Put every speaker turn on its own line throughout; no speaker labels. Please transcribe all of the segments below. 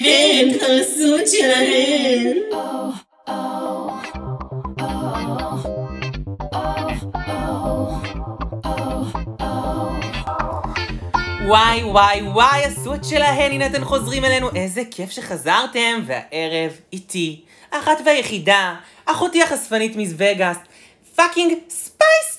הן הזוג שלהן.
וואי וואי וואי, עשו את שלהן, הנה אתן חוזרים אלינו, איזה כיף שחזרתם, והערב איתי, האחת והיחידה, אחותי החשפנית מווגאס, פאקינג ספייס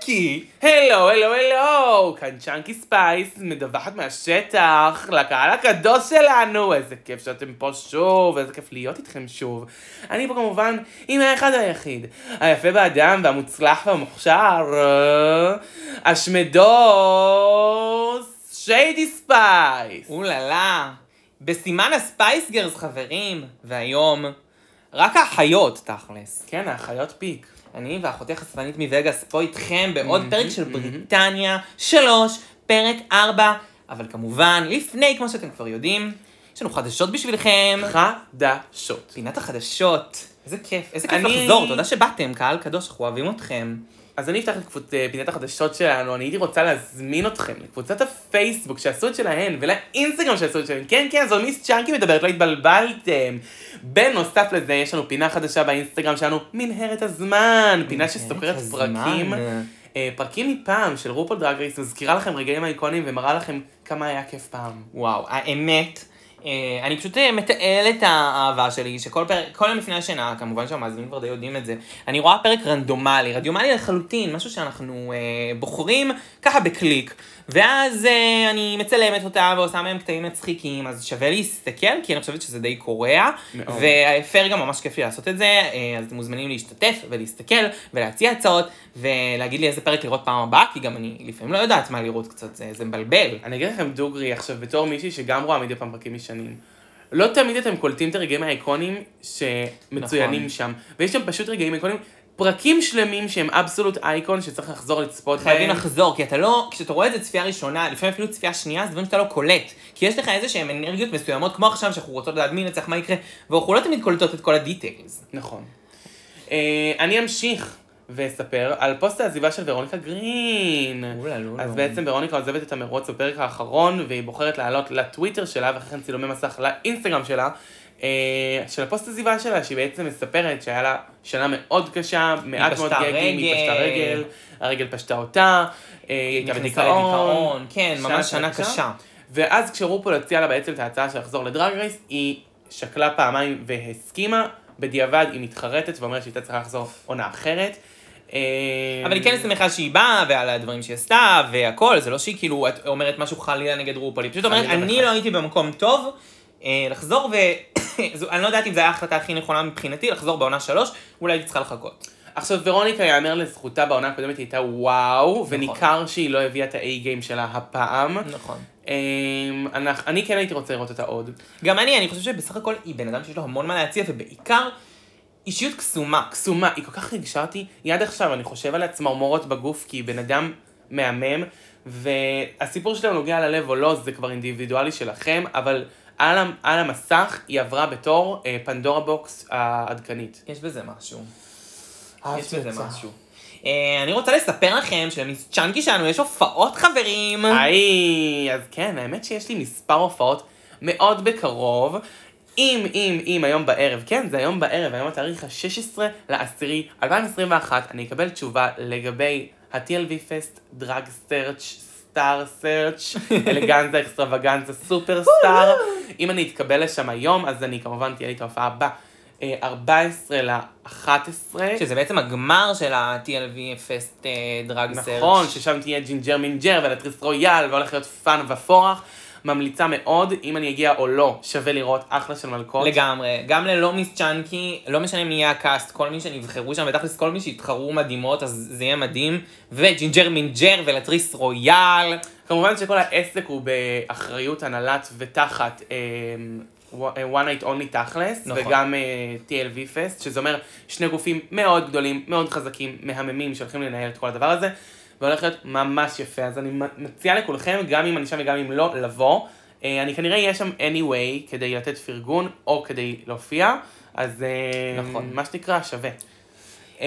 צ'אנקי! הלו, הלו, הלו, כאן צ'אנקי ספייס, מדווחת מהשטח, לקהל הקדוש שלנו, איזה כיף שאתם פה שוב, איזה כיף להיות איתכם שוב. אני פה כמובן עם האחד היחיד, היפה באדם והמוצלח והמוכשר, אה, השמדוס, שיידי ספייס. אוללה, בסימן הספייס גרס חברים, והיום, רק האחיות תכלס.
כן, האחיות פיק.
אני ואחותי החשפנית מווגאס פה איתכם בעוד פרק של בריטניה 3, פרק 4, אבל כמובן, לפני, כמו שאתם כבר יודעים, יש לנו חדשות בשבילכם.
חדשות.
פינת החדשות. איזה כיף, איזה כיף
אני-
לחזור, תודה שבאתם, קהל קדוש, אנחנו אוהבים אתכם.
אז אני אפתח את קבוצ... אה, פינת החדשות שלנו, אני הייתי רוצה להזמין אתכם לקבוצת הפייסבוק שעשו את שלהן, ולאינסטגרם שעשו את שלהן. כן, כן, זו מיס צ'אנקי מדברת, לא התבלבלתם. בנוסף לזה, יש לנו פינה חדשה באינסטגרם שלנו, מנהרת הזמן. פינה שסוקרת
הזמן.
פרקים. אה, פרקים מפעם של רופול דרג רייס, מזכירה לכם רגעים אייקונים ומראה לכם כמה היה כיף פעם.
וואו, האמת, אה, אני פשוט אה, מתעל את האהבה שלי, שכל פרק, כל יום לפני השינה, כמובן שהמאזינים כבר די יודעים את זה, אני רואה פרק רנדומלי, רדיומלי לחלוטין, משהו שאנחנו אה, בוחרים ככה בקליק, ואז אה, אני מצלמת אותה ועושה מהם קטעים מצחיקים, אז שווה להסתכל, כי אני חושבת שזה די קורע,
מאוד.
והפר גם ממש כיף לי לעשות את זה, אה, אז אתם מוזמנים להשתתף ולהסתכל ולהציע הצעות, ולהגיד לי איזה פרק לראות פעם הבאה, כי גם אני לפעמים לא יודעת מה לראות קצת, זה, זה מבלבל.
אני אגיד לכם דוגרי עכשיו, בתור מישהי שגם רואה מדי פעם פרקים ישנים. לא תמיד אתם קולטים את הרגעים האיקונים שמצוינים
נכון.
נכון. שם. ויש שם פשוט רגעים איקונים, פרקים שלמים שהם אבסולוט אייקון שצריך לחזור לצפות
חייבים לחזור, כי אתה לא, כשאתה רואה את זה צפייה ראשונה, לפעמים אפילו צפייה שנייה, זה דברים שאתה לא קולט. כי יש לך איזה שהם אנרגיות מסוימות, כמו עכשיו, שאנחנו רוצות לדעת מי נצח, מה יקרה, ואנחנו לא תמיד קולטות את כל הדיטיילס.
נכון. אה, אני אמשיך ואספר על פוסט העזיבה של ורוניקה גרין.
אולה, לא,
אז
לא.
בעצם ורוניקה עוזבת את המרוץ בפרק האחרון, והיא בוחרת לעלות לטוויטר שלה, ואחרי כן צילומי מסך לאינסטגרם שלה, אה, של הפוסט עזיבה שלה, שהיא בעצם מספרת שהיה לה שנה מאוד קשה, מעט מאוד
פשטה
גגים, היא פשטה
רגל.
רגל, הרגל פשטה אותה, אה, היא הייתה
נכנסה
בדיכאון.
לדיכאון, כן,
שנה
ממש שנה
קשה.
קשה.
ואז כשרופול הציע לה בעצם את ההצעה של לחזור לדרג רייס, היא שקלה פעמיים והסכימה, בדיעבד היא מתחרטת ואומרת שהיא הייתה צריכה לחזור עונה אחרת. אה,
אבל היא כן שמחה שהיא באה, ועל הדברים שהיא עשתה, והכל, זה לא שהיא כאילו את אומרת משהו חלילה נגד רופול, היא פשוט אומרת,
חלילה
אני
וחס.
לא הייתי במקום טוב, אה, לחזור, ואני לא יודעת אם זו הייתה ההחלטה הכי נכונה מבחינתי, לחזור בעונה שלוש, אולי הייתי צריכה לחכות.
עכשיו, ורוניקה, יאמר לזכותה, בעונה הקודמת היא הייתה וואו, וניכר שהיא לא הביאה את ה-A-game שלה הפעם.
נכון.
אמ, אנחנו- אני כן הייתי רוצה לראות אותה עוד.
גם אני, אני חושב שבסך הכל היא בן אדם שיש לו המון מה להציע, ובעיקר אישיות קסומה.
קסומה, היא כל כך ריגשה אותי, היא עד עכשיו, אני חושב עליה צמרמורות בגוף, כי היא בן אדם מהמם, והסיפור שלה נוגע ללב או לא, זה כבר אינדיבידואלי שלכם, אבל על, המ- על המסך היא עברה בתור אה, פנדורה בוקס העדכנית.
יש בזה משהו. יש
אהבתי
בזה
אותה.
משהו. אה, אני רוצה לספר לכם שלמיס צ'אנקי שלנו יש הופעות חברים.
היי, אז כן, האמת שיש לי מספר הופעות מאוד בקרוב. אם, אם, אם, היום בערב, כן, זה היום בערב, היום התאריך ה-16 לעשירי 2021, אני אקבל תשובה לגבי ה-TLV פסט, דרג סרצ', סטאר סרצ', אלגנזה, אקסטרווגנזה, סופר סטאר. אם אני אתקבל לשם היום, אז אני כמובן תהיה לי את ההופעה הבאה. אה, 14 ל-11.
שזה בעצם הגמר של ה-TLV פסט דרג סרצ'.
נכון, ששם תהיה ג'ינג'ר מינג'ר ולטריס רויאל, והולך להיות פאן ופורח. ממליצה מאוד, אם אני אגיע או לא, שווה לראות אחלה של מלכות.
לגמרי, גם ללא מיס צ'אנקי, לא משנה אם נהיה הקאסט, כל מי שנבחרו שם, ותכלס כל מי שהתחרו מדהימות, אז זה יהיה מדהים. וג'ינג'ר מינג'ר ולטריס רויאל.
כמובן שכל העסק הוא באחריות הנהלת ותחת אמ, וו- אה, one night only תכלס,
נכון.
וגם אה, TLV פסט, שזה אומר שני גופים מאוד גדולים, מאוד חזקים, מהממים, שהולכים לנהל את כל הדבר הזה, והולך להיות ממש יפה. אז אני מ- מציעה לכולכם, גם אם אני שם וגם אם לא, לבוא. אה, אני כנראה אהיה שם anyway כדי לתת פרגון או כדי להופיע, אז אה,
נכון.
מה שנקרא שווה. אמ,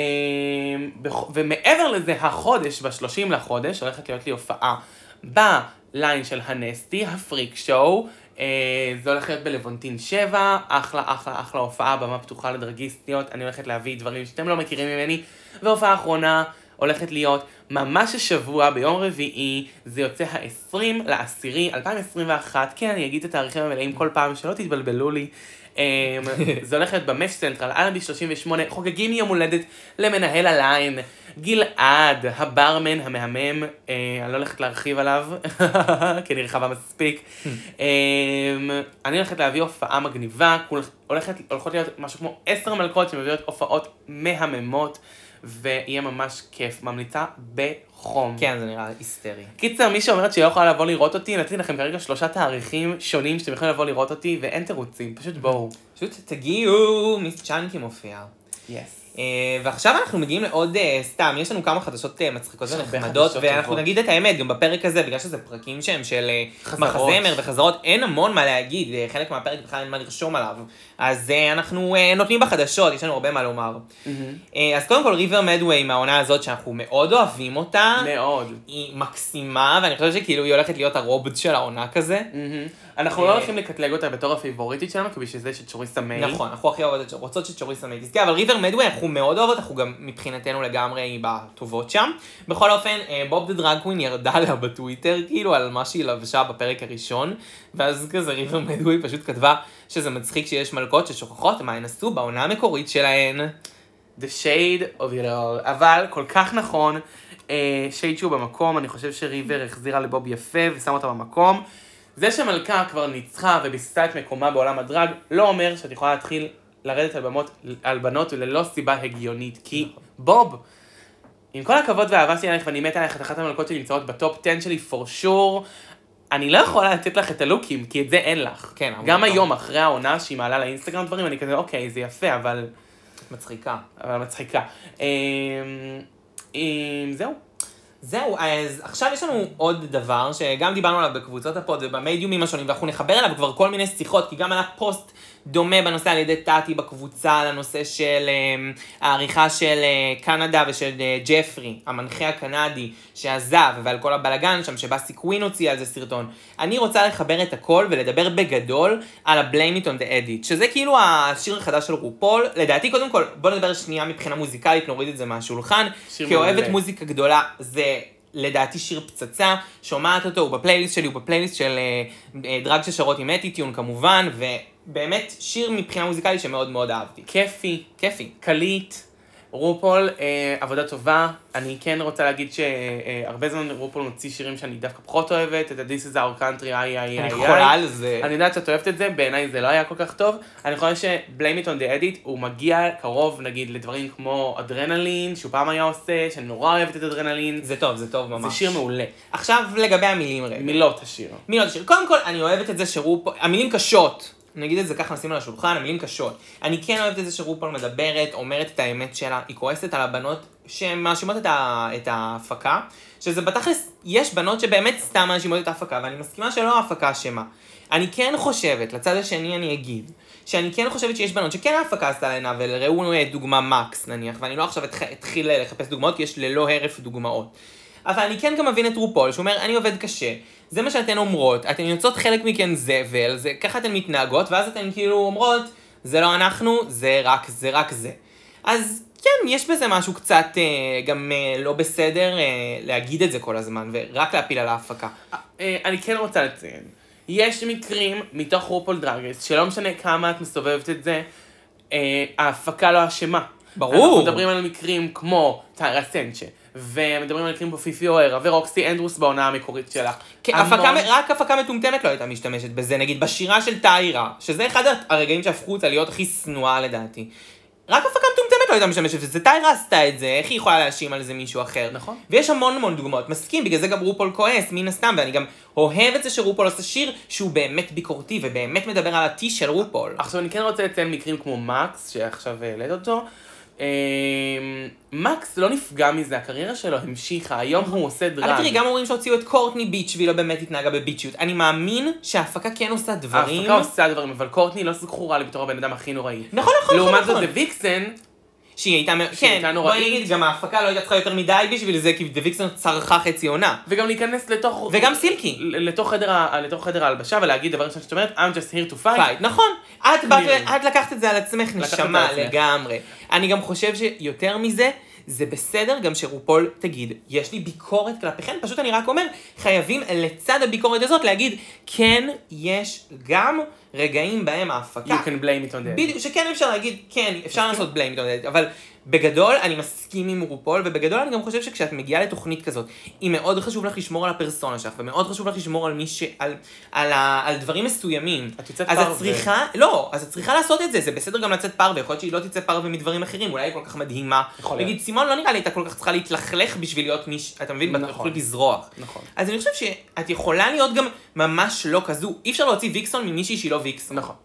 בח- ומעבר לזה, החודש, ב-30 לחודש, הולכת להיות לי הופעה בליין של הנסטי, הפריק שואו, אמ, אה, זה הולך להיות בלוונטין 7, אחלה אחלה אחלה הופעה, במה פתוחה לדרגיסטיות, אני הולכת להביא דברים שאתם לא מכירים ממני, והופעה אחרונה הולכת להיות ממש השבוע, ביום רביעי, זה יוצא ה-20 לעשירי 2021, כן, אני אגיד את התאריכים המלאים כל פעם, שלא תתבלבלו לי. אמ, זה הולך להיות במש סנטרל, אלנבי 38, חוגגים יום הולדת למנהל הליין, גלעד, הברמן המהמם, אה, אני לא הולכת להרחיב עליו, כי אני רחבה מספיק. אמ, אני הולכת להביא הופעה מגניבה, כול- הולכת, הולכות להיות משהו כמו עשר מלכות שמביאות הופעות מהממות, ויהיה ממש כיף, ממליצה בחום.
כן, זה נראה היסטרי.
קיצר, מי שאומרת שהיא לא יכולה לבוא לראות אותי, נתתי לכם כרגע שלושה תאריכים שונים שאתם יכולים לבוא לראות אותי, ואין תירוצים,
Mm-hmm.
פשוט בואו.
פשוט תגיעו, מיס צ'אנקי מופיעה.
יס.
אה, ועכשיו אנחנו מגיעים לעוד אה, סתם, יש לנו כמה חדשות אה, מצחיקות
יש הרבה
ונחמדות,
חדשות
ואנחנו
טובות.
נגיד את האמת, גם בפרק הזה, בגלל שזה פרקים שהם של אה,
חזרות.
מחזמר וחזרות, אין המון מה להגיד, אה, חלק מהפרק בכלל אין מה לרשום עליו. אז אה, אנחנו אה, נותנים בחדשות, יש לנו הרבה מה לומר.
Mm-hmm.
אה, אז קודם כל ריבר מדווי מהעונה הזאת, שאנחנו מאוד אוהבים אותה,
מאוד.
היא מקסימה, ואני חושבת שכאילו היא הולכת להיות הרובוט של העונה כזה.
מהמם. אנחנו לא
אה,
הולכים לקטלג אותה בתור הפיבוריטית שלנו, כי בשביל זה יש את שוריסה מיי.
נכון, אנחנו הכי אוהבות את ש- רוצות שצ'וריסה מיי תזכה, אבל ריבר מדווי אנחנו מאוד אוהבות, אנחנו גם מבחינתנו לגמרי היא בטובות שם. בכל אופן, אה, בוב דה דרגווין ירדה לה בטוויטר, כאילו, על מה שהיא לבשה בפרק הראשון, ואז כזה ריבר מדווי פשוט כתבה שזה מצחיק שיש מלכות ששוכחות מה הן עשו בעונה המקורית שלהן.
The shade of it all. אבל כל כך נכון, אה, שייד שהוא במקום, אני חושב שריבר החזירה לבוב יפה ושמה אותה במקום. זה שמלכה כבר ניצחה וביססה את מקומה בעולם הדרג, לא אומר שאת יכולה להתחיל לרדת על, במות, על בנות ללא סיבה הגיונית, כי
נכון.
בוב, עם כל הכבוד והאהבה שלי עליך, ואני מתה עליך, את אחת המלכות שנמצאות בטופ 10 שלי for sure, אני לא יכולה לתת לך את הלוקים, כי את זה אין לך.
כן, אבל
גם
נכון.
היום, אחרי העונה שהיא מעלה לאינסטגרם דברים, אני כזה, אוקיי, זה יפה, אבל...
מצחיקה.
אבל מצחיקה. אמ, אמ, זהו.
זהו, אז עכשיו יש לנו עוד דבר שגם דיברנו עליו בקבוצות הפוד ובמדיומים השונים, ואנחנו נחבר אליו כבר כל מיני שיחות, כי גם עלה פוסט דומה בנושא על ידי טאטי בקבוצה, על הנושא של אמ, העריכה של אה, קנדה ושל אה, ג'פרי, המנחה הקנדי שעזב, ועל כל הבלגן שם, שבאסי קווין הוציא על זה סרטון. אני רוצה לחבר את הכל ולדבר בגדול על ה-Blame it on the edit, שזה כאילו השיר החדש של רופול, לדעתי קודם כל, בוא נדבר שנייה מבחינה מוזיקלית, נוריד את זה מהשולחן,
שיר
כאוהבת
מעולה.
מוזיקה גדולה, זה לדעתי שיר פצצה, שומעת אותו, הוא בפלייליסט שלי, הוא בפלייליסט של אה, אה, דרג ששרות עם אטיטיון כמובן, ובאמת שיר מבחינה מוזיקלית שמאוד מאוד אהבתי.
כיפי,
כיפי.
קליט, רופול, אה, עבודה טובה. אני כן רוצה להגיד שהרבה זמן רופול מוציא שירים שאני דווקא פחות אוהבת, את ה-This is our country, איי איי
אני
איי
חולה
איי.
על זה.
אני יודעת שאת אוהבת את זה, בעיניי זה לא היה כל כך טוב. אני חושב ש-Blame it on the edit הוא מגיע קרוב נגיד לדברים כמו אדרנלין, שהוא פעם היה עושה, שאני נורא אוהבת את אדרנלין.
זה טוב, זה טוב ממש.
זה שיר מעולה.
עכשיו לגבי המילים רגע.
מילות השיר.
מילות השיר. קודם כל, אני אוהבת את זה שרופול, המילים קשות. נגיד את זה ככה, נשים על השולחן, המילים קשות. אני כן אוהבת את זה שרופול מדברת, אומרת את האמת שלה, היא כועסת על הבנות שמאשימות את, ה... את ההפקה, שזה בתכלס, יש בנות שבאמת סתם מאשימות את ההפקה, ואני מסכימה שלא ההפקה אשמה. אני כן חושבת, לצד השני אני אגיד, שאני כן חושבת שיש בנות שכן ההפקה עשתה להן עוול, ראו אה, דוגמה מקס נניח, ואני לא עכשיו אתח- אתחיל אה, לחפש דוגמאות, כי יש ללא הרף דוגמאות. אבל אני כן גם מבין את רופול, שאומר, אני עובד קשה, זה מה שאתן אומרות, אתן יוצאות חלק מכן זבל, זה, ככה אתן מתנהגות, ואז אתן כאילו אומרות, זה לא אנחנו, זה רק זה, רק זה. אז כן, יש בזה משהו קצת אה, גם אה, לא בסדר אה, להגיד את זה כל הזמן, ורק להפיל על ההפקה.
אה, אני כן רוצה לציין. יש מקרים מתוך רופול דרגס, שלא משנה כמה את מסובבת את זה, אה, ההפקה לא אשמה.
ברור.
אנחנו מדברים על מקרים כמו טיירה סנצ'ה, ומדברים על מקרים כמו פיפי אוהרה ורוקסי אנדרוס בעונה המקורית שלך.
כן,
המון-
הפקה, רק הפקה מטומטמת לא הייתה משתמשת בזה, נגיד בשירה של טיירה, שזה אחד הרגעים שהפכו אותה להיות הכי שנואה לדעתי. רק הפקה מטומטמת לא הייתה משתמשת בזה, טיירה עשתה את זה, איך היא יכולה להאשים על זה מישהו אחר?
נכון.
ויש המון המון דוגמאות, מסכים, בגלל זה גם רופול כועס, מן הסתם, ואני גם אוהב את זה שרופול עושה שיר שהוא באמת ביקורתי, ובאמת מדבר על הטי של רופול.
עכשיו אני כן רוצה לציין מקרים כמו מקס, שעכשיו העלית אותו. אה, מקס לא נפגע מזה, הקריירה שלו המשיכה, היום הוא עושה דרג.
אבל תראי, גם אומרים שהוציאו את קורטני ביץ' והיא לא באמת התנהגה בביצ'יות. אני מאמין שההפקה כן עושה דברים.
ההפקה עושה דברים, אבל קורטני לא זכורה לי בתור הבן אדם הכי נוראי.
נכון, נכון, נכון,
לעומת זאת,
נכון.
זה ויקסן,
שהיא הייתה, מ-
שהיא
כן,
הייתה
בואי
נוראית.
נגיד, גם ההפקה לא הייתה צריכה יותר מדי בשביל זה, כי דה ויקסון צרכה חצי עונה.
וגם להיכנס לתוך...
וגם סילקי.
ל- לתוך חדר, ה- לתוך חדר ההלבשה ולהגיד דבר ראשון שאת אומרת, I'm just here to fight.
פייט, נכון. את באת,
Clear.
את לקחת את זה על עצמך,
לקחת
נשמה,
על עצמך.
לגמרי. אני גם חושב שיותר מזה, זה בסדר גם שרופול תגיד, יש לי ביקורת כלפיכן, פשוט אני רק אומר, חייבים לצד הביקורת הזאת להגיד, כן, יש גם רגעים בהם ההפקה.
You can blame it on that.
בדיוק, שכן אפשר להגיד, כן, אפשר לעשות בליים איתו, אבל בגדול אני מסכים עם רופול, ובגדול אני גם חושב שכשאת מגיעה לתוכנית כזאת, אם מאוד חשוב לך לשמור על הפרסונה שלך, ומאוד חשוב לך לשמור על מי ש... על, על, ה... על דברים מסוימים,
את יוצאת
אז
פרווה.
את צריכה, לא, אז את צריכה לעשות את זה, זה בסדר גם לצאת פרווה, יכול להיות שהיא לא תצא פרווה מדברים אחרים, אולי היא כל כך מדהימה.
יכול להיות.
נגיד, סימון לא נראה לי הייתה כל כך צריכה להתלכלך בשביל להיות מיש... אתה מבין? נכון.
נכון.
יכולת לזרוח.
נכון.
אז אני חושב שאת יכולה להיות גם ממש לא כזו, אי אפשר להוציא ויקסון ממישהי שהיא לא ויקסון.
נכון.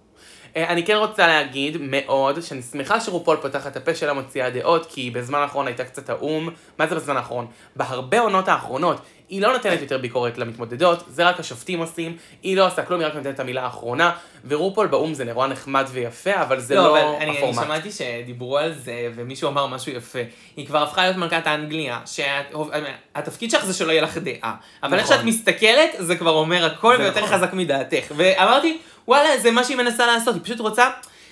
אה, אני כן רוצה להגיד מאוד, שאני שמחה שרופול פותח את הפה שלה מוציאה דעות, כי בזמן האחרון הייתה קצת האו"ם. מה זה בזמן האחרון? בהרבה עונות האחרונות, היא לא נותנת יותר ביקורת למתמודדות, זה רק השופטים עושים, היא לא עושה כלום, היא רק נותנת את המילה האחרונה, ורופול באו"ם זה נורא נחמד ויפה, אבל זה לא,
אבל אני, אני
הפורמט.
שמעתי שדיברו על זה, ומישהו אמר משהו יפה. היא כבר הפכה להיות מלכת אנגליה, שהתפקיד שלך זה שלא יהיה לך דעה. אבל איך
נכון.
שאת מסתכלת, זה כבר אומר הכל
זה
ויותר
נכון.
חזק מדעתך. ואמרתי, וואלה, זה מה שהיא מנסה לעשות, היא פשוט רוצה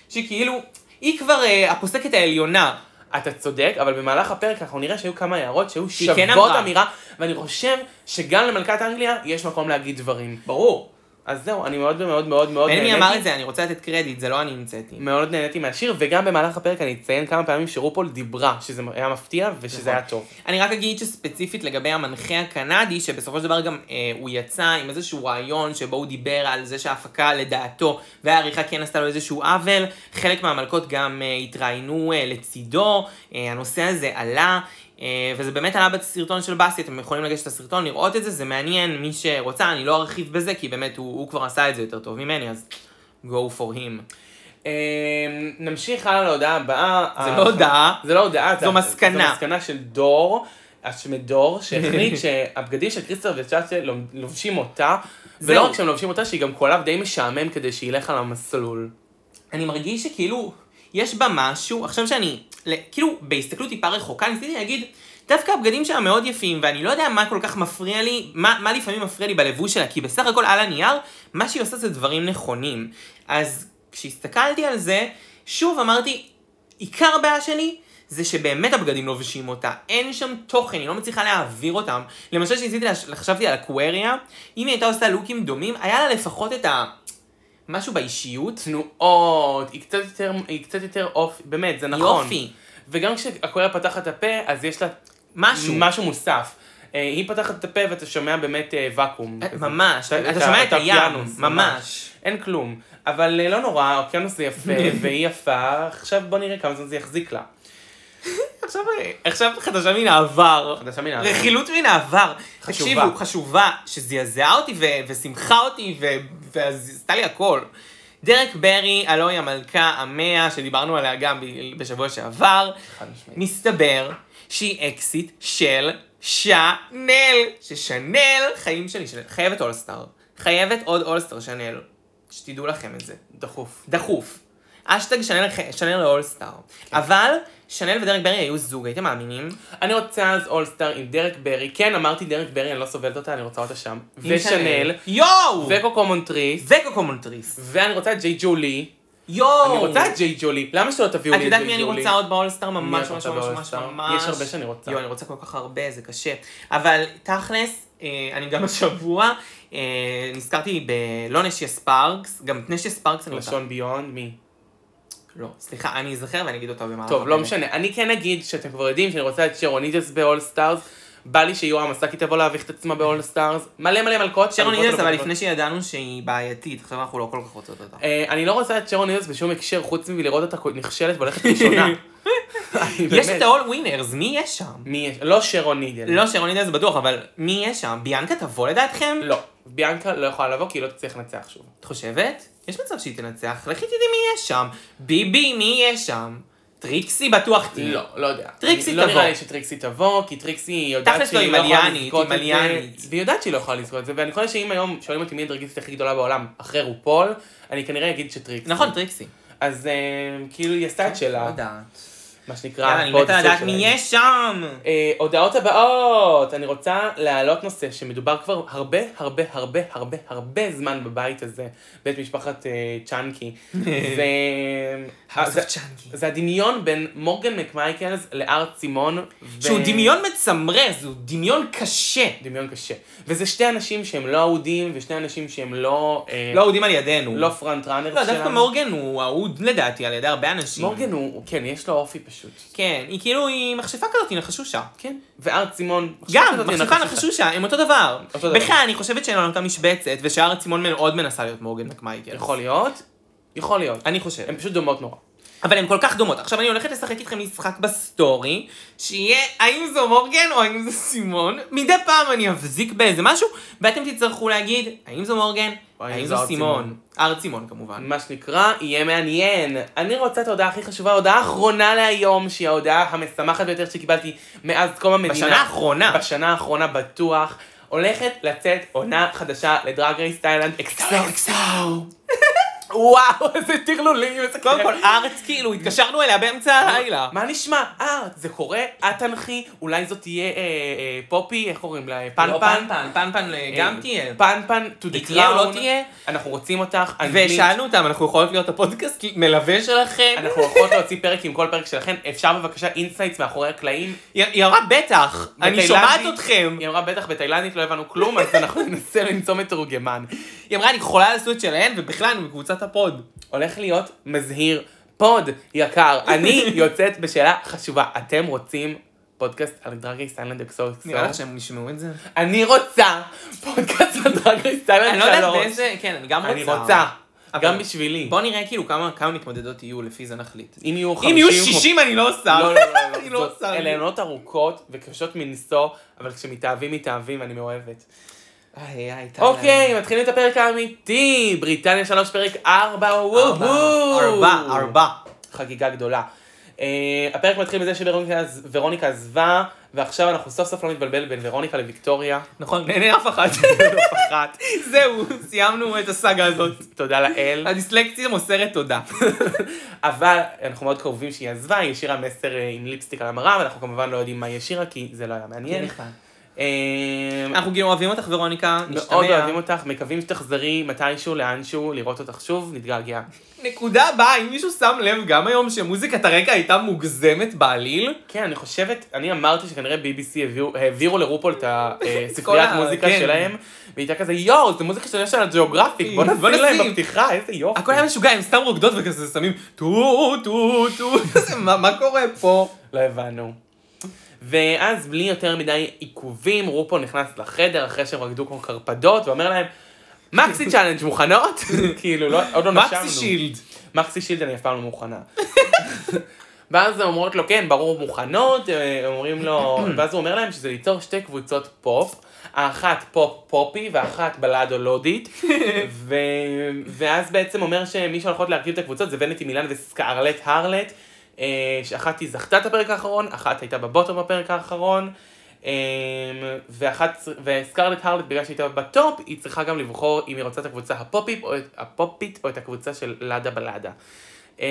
שכאילו, היא כבר אה, הפוסקת העליונה.
אתה צודק, אבל במהלך הפרק אנחנו נראה שהיו כמה הערות שהיו
שהיא כן
שוות
אמרה.
אמירה, ואני חושב שגם למלכת אנגליה יש מקום להגיד דברים. ברור. אז זהו, אני מאוד מאוד מאוד מאוד
אין מי אמר את זה, אני רוצה לתת קרדיט, זה לא אני המצאתי.
מאוד נהניתי מהשיר, וגם במהלך הפרק אני אציין כמה פעמים שרופול דיברה, שזה היה מפתיע
נכון.
ושזה היה טוב.
אני רק אגיד שספציפית לגבי המנחה הקנדי, שבסופו של דבר גם אה, הוא יצא עם איזשהו רעיון שבו הוא דיבר על זה שההפקה לדעתו והעריכה כן עשתה לו איזשהו עוול, חלק מהמלכות גם אה, התראיינו אה, לצידו, אה, הנושא הזה עלה. אה, וזה באמת עלה בסרטון של באסי, אתם יכולים לגשת לסרטון, לראות את זה, זה מעניין, מי שרוצה, אני לא ארחיב בזה, כי באמת הוא, הוא כבר עשה את זה יותר טוב ממני, אז go for him.
אמ, נמשיך הלאה להודעה הבאה.
זה
אה,
לא הודעה.
זה לא הודעה, זה-
זו מסקנה.
זו מסקנה של דור, השמדור, שהחליט שהבגדים של כריסטר וצ'אצ'ה לוב- לובשים אותה,
זהו.
ולא רק שהם לובשים אותה, שהיא גם קולב די משעמם כדי שילך על המסלול.
אני מרגיש שכאילו, יש בה משהו, עכשיו שאני, ל- כאילו, בהסתכלות טיפה רחוקה, ניסיתי להגיד, דווקא הבגדים שלה מאוד יפים, ואני לא יודע מה כל כך מפריע לי, מה, מה לפעמים מפריע לי בלבוש שלה, כי בסך הכל על הנייר, מה שהיא עושה זה דברים נכונים. אז כשהסתכלתי על זה, שוב אמרתי, עיקר הבעיה שלי זה שבאמת הבגדים לובשים אותה, אין שם תוכן, היא לא מצליחה להעביר אותם. למשל, כשניסיתי, להש- חשבתי על אקווריה, אם היא הייתה עושה לוקים דומים, היה לה לפחות את ה... משהו באישיות.
תנועות, היא קצת יותר, היא קצת יותר אופי, באמת, זה נכון.
יופי.
וגם כשהקולב פתח את הפה, אז יש לה
משהו.
משהו מוסף. אה, היא פתחת את הפה ואתה שומע באמת אה, ואקום.
אה,
כזה.
ממש, אתה אתה
ה-
שומע את הים,
האוקיינוס,
ממש.
אין כלום. אבל אה, לא נורא, האוקיינוס זה יפה והיא יפה, עכשיו בוא נראה כמה זמן זה יחזיק לה.
עכשיו, אה, עכשיו חדשה מן העבר.
חדשה מן העבר.
רכילות מן העבר.
אה, חשובה.
תקשיבו, חשובה, שזעזעה אותי ו- ושמחה אותי ו- ועשתה לי הכל. דרק ברי, הלוא היא המלכה המאה, שדיברנו עליה גם ב- בשבוע שעבר,
חד משמעית.
מסתבר שהיא אקזיט של שאנל. ששאנל, חיים שלי, של- חייבת אולסטאר. חייבת עוד אולסטאר שאנל. שתדעו לכם את זה.
דחוף.
דחוף. אשטג שנל, שנל לאולסטאר. כן. אבל שנל ודרק ברי היו זוג, הייתם מאמינים?
אני רוצה אז אולסטאר עם דרק ברי, כן אמרתי דרק ברי, אני לא סובלת אותה, אני רוצה אותה שם.
עם
ושנל,
יואו!
וקוקו מונטריס,
וקוקו מונטריס.
ואני רוצה את ג'יי ג'ולי.
יואו!
אני רוצה את ג'יי ג'ולי. למה שלא תביאו
את
לי את
יודעת
ג'יי
מי אני
ג'ולי?
רוצה עוד באולסטאר?
מי את
ממש ממש
רוצה
ממש ממש
באולסטאר?
ממש.
יש הרבה שאני רוצה.
יואו, אני רוצה כל כך הרבה, זה קשה. אבל תכלס, אה, אני גם השבוע אה, נזכרתי בלא נשיה ספארקס, גם את נשיה ספארקס אני רוצה.
לשון ביונד, מי?
לא, סליחה, אני אזכר ואני אגיד אותה במהלך.
טוב, לא
הפרק.
משנה. אני כן אגיד שאתם כבר יודעים שאני רוצה את שרונידס באול סטארס. בא לי שיורם מסקי תבוא להביך את עצמה באול סטארס. מלא מלא מלכות.
שרון
מלכות,
אידס, אבל
מלכות.
לפני שידענו שהיא בעייתית, עכשיו אנחנו לא כל כך רוצות אותה.
אה, אני לא רוצה את שרונידס בשום הקשר חוץ מלראות אותה נכשלת והולכת ראשונה. אני
יש
באמת.
את ה-all winners, מי יש שם?
מי יש? לא שרונידס.
לא, שרון אידס בטוח, אבל מי יש שם? ביאנקה תבוא לדעתכם?
לא. ביאנקה לא יכולה לבוא כי היא לא תצליח לנצח שוב.
את חושבת? יש מצב שהיא תנצח, לכי תדעי מי יש שם. ביבי, מי יש שם? טריקסי בטוח תהיה.
לא, לא יודע.
אוקיי. טריקסי
לא
תבוא.
נראה לי שטריקסי תבוא, כי טריקסי היא יודעת
תכלס
שהיא
לא,
לא
היא
יכולה
מליאנית,
לזכות
היא
את
מליאנית.
זה, והיא יודעת שהיא לא יכולה לזכות את זה, ואני חושב שאם היום שואלים אותי מי הדרגיסטית הכי גדולה בעולם, אחרי רופול, אני כנראה אגיד שטריקסי.
נכון, טריקסי.
אז אה, כאילו היא עשתה את
לא
שלה.
יודעת.
מה שנקרא,
יאללה, אני
הפוד
מתה
הסוד
לדעת
שלהם.
מי יש שם!
אה, הודעות הבאות, אני רוצה להעלות נושא שמדובר כבר הרבה הרבה הרבה הרבה הרבה זמן בבית הזה, בית משפחת אה, צ'אנקי. זה,
האוס
זה,
אוף צ'אנקי.
זה הדמיון בין מורגן מקמייקלס לארט סימון. ו-
שהוא דמיון מצמרז, הוא דמיון קשה.
דמיון קשה. וזה שתי אנשים שהם לא אהודים, ושני אנשים שהם לא... אה,
לא אהודים על ידינו.
לא פרנט ראנר
לא, דווקא מורגן הוא אהוד לדעתי על ידי הרבה אנשים.
מורגן הוא, הוא- כן, יש לו אופי פשוט.
כן, היא כאילו, היא מכשפה כזאת, היא נחשושה.
כן. וארט סימון...
גם, נכון? מחשבה נחשושה, הם אותו דבר.
אותו דבר.
בכלל, אני חושבת שהם על אותה משבצת, ושהר צימון מאוד מנסה להיות מורגן מקמייקל.
יכול להיות. יכול להיות.
אני חושב.
הן פשוט דומות נורא.
אבל הן כל כך דומות. עכשיו אני הולכת לשחק איתכם משחק בסטורי, שיהיה האם זו מורגן או האם זו סימון. מדי פעם אני אפזיק באיזה משהו, ואתם תצטרכו להגיד, האם זו מורגן,
או
האם זו
הר
סימון.
צימון.
הר צימון כמובן.
מה שנקרא, יהיה מעניין. אני רוצה את ההודעה הכי חשובה, ההודעה האחרונה להיום, שהיא ההודעה המשמחת ביותר שקיבלתי מאז קום המדינה.
בשנה האחרונה.
בשנה האחרונה בטוח. הולכת לצאת עונה חדשה לדרג רייס תאילנד אקסאו. וואו, איזה טרלולים, איזה
קודם כל, ארץ כאילו, התקשרנו אליה באמצע הלילה.
מה נשמע? אה, זה קורה? את תנחי? אולי זאת תהיה אה, אה, פופי? איך קוראים לה? אה, פן
לא,
פן?
פן, פן פן אה, גם תהיה.
פן פן, to the
היא תהיה או לא
crown.
תהיה?
אנחנו רוצים אותך. אנגלית.
ושאלנו אותם, אנחנו יכולות להיות הפודקאסט כי- מלווה שלכם?
אנחנו הולכות להוציא פרק עם כל פרק שלכם, אפשר בבקשה אינסייטס מאחורי הקלעים.
היא היא אמרה בטח, אני
בתאילנדית-
שומעת אתכם.
היא אמרה בטח בתאילנדית לא הבנו כלום, אז אנחנו ננסה למצוא מתורגמן.
היא אמרה, אני יכולה לעשות את שלהן, ובכלל, אני בקבוצת הפוד.
הולך להיות מזהיר פוד יקר. אני יוצאת בשאלה חשובה, אתם רוצים פודקאסט על דרג רייס תאילנד אקסו
נראה לך
אקסו?
שהם ישמעו את זה?
אני רוצה פודקאסט על דרג רייס
אני
תאילנד
לא יודעת
שלוש.
באיזה, כן, אני גם רוצה.
אני רוצה,
אבל-
גם בשבילי.
בוא נראה כאילו כמה כמה מתמודדות יהיו, לפי זה נחליט.
אם יהיו 50...
אם יהיו 60 אני לא עושה.
לא, לא, לא, לא,
אני לא
זאת-
עושה.
אלה עונות ארוכות וקשות מנשוא, אבל כשמתאהבים מתאהבים ואני מאוהבת.
איי, איי, תאילנד.
אוקיי, מתחילים את הפרק האמיתי, בריטניה 3 פרק 4, וואו.
ארבע, ארבע, ארבע.
חגיגה גדולה. אה, הפרק מתחיל בזה שורוניקה ורוניקה עזבה, ועכשיו אנחנו סוף סוף לא נתבלבל בין ורוניקה לוויקטוריה.
נכון, אין אף אחת.
אחת.
זהו, סיימנו את הסאגה הזאת.
תודה לאל.
הדיסלקציה מוסרת תודה.
אבל אנחנו מאוד קרובים שהיא עזבה, היא השאירה מסר אה, עם ליפסטיק על המראה, ואנחנו כמובן לא יודעים מה היא השאירה, כי זה לא היה מעניין.
כן.
אה,
אנחנו כאילו אוהבים אותך ורוניקה, נשתמע.
מאוד אוהבים אותך, מקווים שתחזרי מתישהו, לאנשהו, לראות אותך שוב, נתגעגע.
נקודה הבאה, אם מישהו שם לב גם היום שמוזיקת הרקע הייתה מוגזמת בעליל.
כן, אני חושבת, אני אמרתי שכנראה BBC העבירו- העבירו לרופול את
כל
הספריית
ה-
מוזיקה
כן.
שלהם, והיא הייתה כזה, יואו, זו מוזיקה של נשיונל ג'אוגרפיק, בוא
בוא
נשים להם
נשים."
בפתיחה, איזה יופי.
הכל היה משוגע, הם סתם רוקדות וכזה שמים טו טו טו, זה, מה- מה קורה פה?
לא הבנו. ואז בלי יותר מדי עיכובים, רופול נכנס לחדר אחרי שהם רקדו כמו קרפדות, ואומר להם, מקסי צ'אלנג' מוכנות? כאילו, לא- עוד לא נשמנו.
מקסי שילד.
מקסי שילד אני אף פעם לא מוכנה. ואז הן אומרות לו, כן, ברור, מוכנות, אה, אומרים לו, ואז הוא אומר להם שזה ליצור שתי קבוצות פופ, האחת פופ פופי ואחת בלאדו לודית, ו... ואז בעצם אומר שמי שהולכות להרכיב את הקבוצות זה ונטי מילן וסקארלט הרלט, אה, שאחת היא זכתה את הפרק האחרון, אחת הייתה בבוטום בפרק האחרון, אה, ואחת, וסקארלט הרלט בגלל שהיא הייתה בטופ, היא צריכה גם לבחור אם היא רוצה את הקבוצה הפופית או את, הפופית, או את הקבוצה של לאדה בלאדה. אה,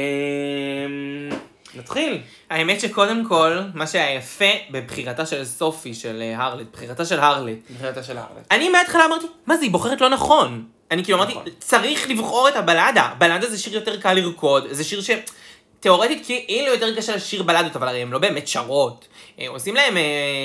נתחיל.
האמת שקודם כל, מה שהיה יפה בבחירתה של סופי, של אה, הרלט, בחירתה של הרלט,
מבחינתה של הארץ.
אני מההתחלה אמרתי, מה זה, היא בוחרת לא נכון. אני כאילו אמרתי,
נכון.
צריך לבחור את הבלדה. בלדה זה שיר יותר קל לרקוד, זה שיר ש... תיאורטית כאילו יותר קשה לשיר בלדות, אבל הרי הן לא באמת שרות. אה, עושים להם אה,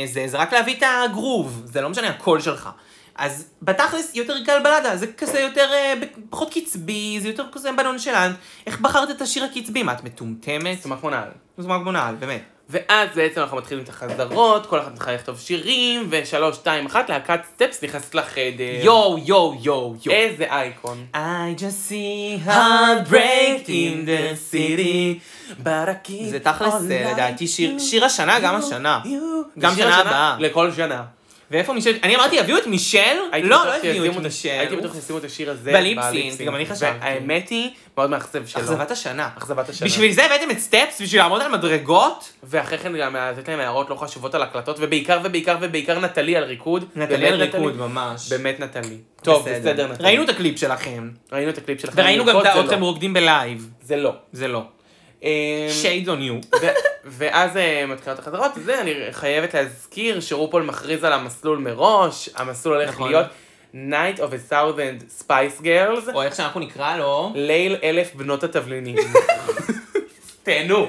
זה, זה רק להביא את הגרוב, זה לא משנה הקול שלך. אז בתכלס יותר קל בלדה, זה כזה יותר, אה, ב- פחות קצבי, זה יותר כזה בנון שלן. איך בחרת את השיר הקצבי? מה, את מטומטמת?
סומך מונעל.
זה כמו נעל, באמת.
ואז בעצם אנחנו מתחילים את החזרות, כל אחת מתחילה לכתוב שירים, ושלוש, שתיים, אחת, להקת סטפס נכנסת לחדר.
יואו, יואו, יואו, יואו.
איזה אייקון.
I just
heartbreak
see heartbreak
in the city, but I keep
זה תכלס, אה,
on
לדעתי, שיר,
like
שיר השנה,
you,
גם השנה.
you.
גם
ושיר
שנה
השנה
הבאה.
לכל שנה.
ואיפה מישל? אני אמרתי, יביאו את מישל?
הייתי
לא,
בטוח
לא הביאו את
שישימו
מישל.
הייתי בטוח
אוף,
שישימו את השיר הזה.
בליפסינק,
בליפסינק.
גם אני חשבתי.
והאמת היא, מאוד מאכזב שלא.
אכזבת השנה.
אכזבת השנה.
בשביל זה הבאתם את סטפס? בשביל לעמוד על מדרגות?
ואחרי כן גם לתת להם הערות לא חשובות על הקלטות, ובעיקר ובעיקר ובעיקר נטלי על ריקוד.
נטלי
באמת
על ריקוד, ממש.
באמת נטלי. טוב, בסדר, נטלי.
ראינו את הקליפ שלכם.
ראינו את הקליפ שלכם.
וראינו גם
ריקוד
את-
זה לא.
אתכם רוקדים בלייב.
זה לא.
זה לא.
אה,
shades on you.
ו- ואז אה, מתחילות החזרות, זה אני חייבת להזכיר שרופול מכריז על המסלול מראש, המסלול הולך
נכון.
להיות Night of a Thousand Spice Girls,
או איך שאנחנו נקרא לו.
ליל אלף בנות התבלינים.
נכון.
תהנו.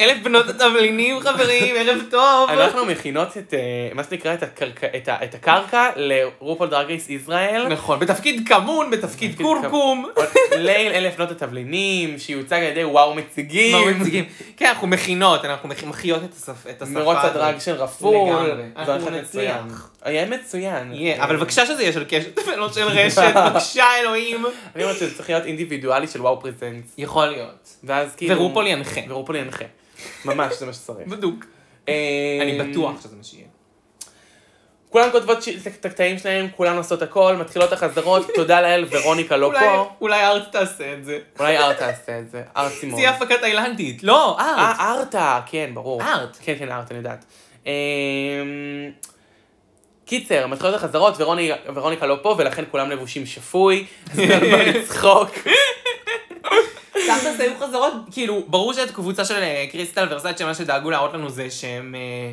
אלף בנות התבלינים, חברים, ערב טוב.
אנחנו מכינות את, אה, מה שנקרא, את הקרקע- את ה- את הקרקע לרופול דרגריס ישראל.
נכון, בתפקיד כמון, בתפקיד
בתפקיד
קורקום.
ליל אלף בנות התבלינים, שיוצג על ידי וואו מציגים.
מה מציגים? כן, אנחנו מכינות, אנחנו מכ- מחיות את השפ- את השפה.
מרוץ
הזאת.
הדרג של רפול.
לגמרי.
זה הולך
אנחנו
להיות מצוין.
נצליח.
יהיה מצוין.
יהיה, אבל בבקשה שזה יהיה של קשת ולא של רשת, בבקשה אלוהים.
אני אומרת שזה צריך להיות אינדיבידואלי של וואו פרזנטס.
יכול להיות.
ואז כאילו...
ורופול ינחה.
ורופול ינחה. ממש, זה מה שצריך.
בדוק.
אה,
אני בטוח שזה מה שיהיה.
כולן כותבות ש- את הקטעים שלהם, כולן עושות הכל, מתחילות החזרות, תודה לאל, ורוניקה לא
אולי-
פה.
אולי ארט תעשה את זה.
אולי ארט תעשה את זה, ארט סימון.
תהיה הפקה תאילנדית. לא, ארט.
אה, ארטה, כן, ברור.
ארט.
כן, כן, ארט, אני יודעת. אמ, קיצר, מתחילות החזרות, ורוני- ורוניקה לא פה, ולכן כולם לבושים שפוי. אז כולם בצחוק.
תכלס היו חזרות, כאילו, ברור שהקבוצה של אה, קריסטל ורסאצ'ה, מה שדאגו להראות לנו זה שהם אה,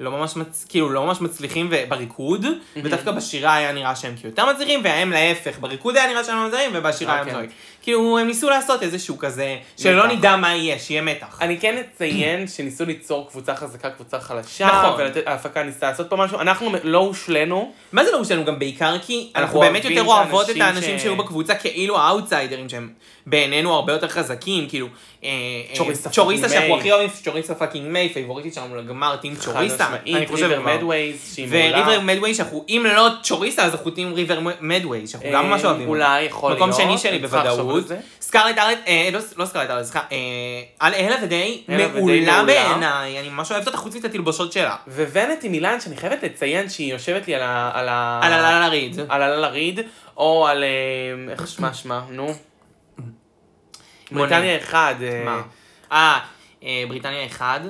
לא ממש, מצ... כאילו, לא ממש מצליחים ו- בריקוד, ודווקא בשירה היה נראה שהם כאילו יותר מצליחים, והם להפך, בריקוד היה נראה שהם לא מצליחים, ובשירה
אה,
הם
כן.
זועק. כאילו, הם ניסו לעשות איזשהו כזה, שלא
מתח.
נדע מה יהיה, שיהיה מתח.
אני כן אציין שניסו ליצור קבוצה חזקה, קבוצה חלשה.
נכון.
וההפקה ניסתה לעשות פה משהו, אנחנו מ- לא הושלנו.
מה זה לא משנה גם בעיקר כי אנחנו
אנחנו
באמת
אוהבים
יותר
את
אוהבות את
האנשים
האנשים
ש-
שהיו בקבוצה כאילו האאוטסיידרים שהם בעינינו הרבה יותר חזקים כאילו אה, אה,
צ'וריסה
צ'וריסה
פאקינג
שאנחנו
מיי.
הכי אוהבים צ'וריסה פאקינג מיי פייבוריטית שלנו לגמר טים צ'וריסה אני חושב
ריבר
כבר.
מדווייז, שהיא
וריבר מדווי שאנחנו אם לא צ'וריסה אז אנחנו נותנים ריבר מדווי שאנחנו גם ממש אוהבים אותה.
אה, אולי, יכול להיות.
מקום שני שלי
אני צריכה לחשוב על
בוודאות.
זה.
סקרלט ארלט, אה, לא- לא סקרלט ארלט, סליחה, אה, אלה ודי
אלה ודי
מעולה
מעולה.
בעיניי, אני ממש אוהבת אותה חוץ מתלבושות שלה.
וונטי מילן, שאני חייבת לציין שהיא יושבת לי על ה... על ה...
על הללה ריד.
על הללה ריד, או על... אה, איך שמה שמה? נו. בריטניה אחד. אה,
מה? אה, אה, בריטניה 1.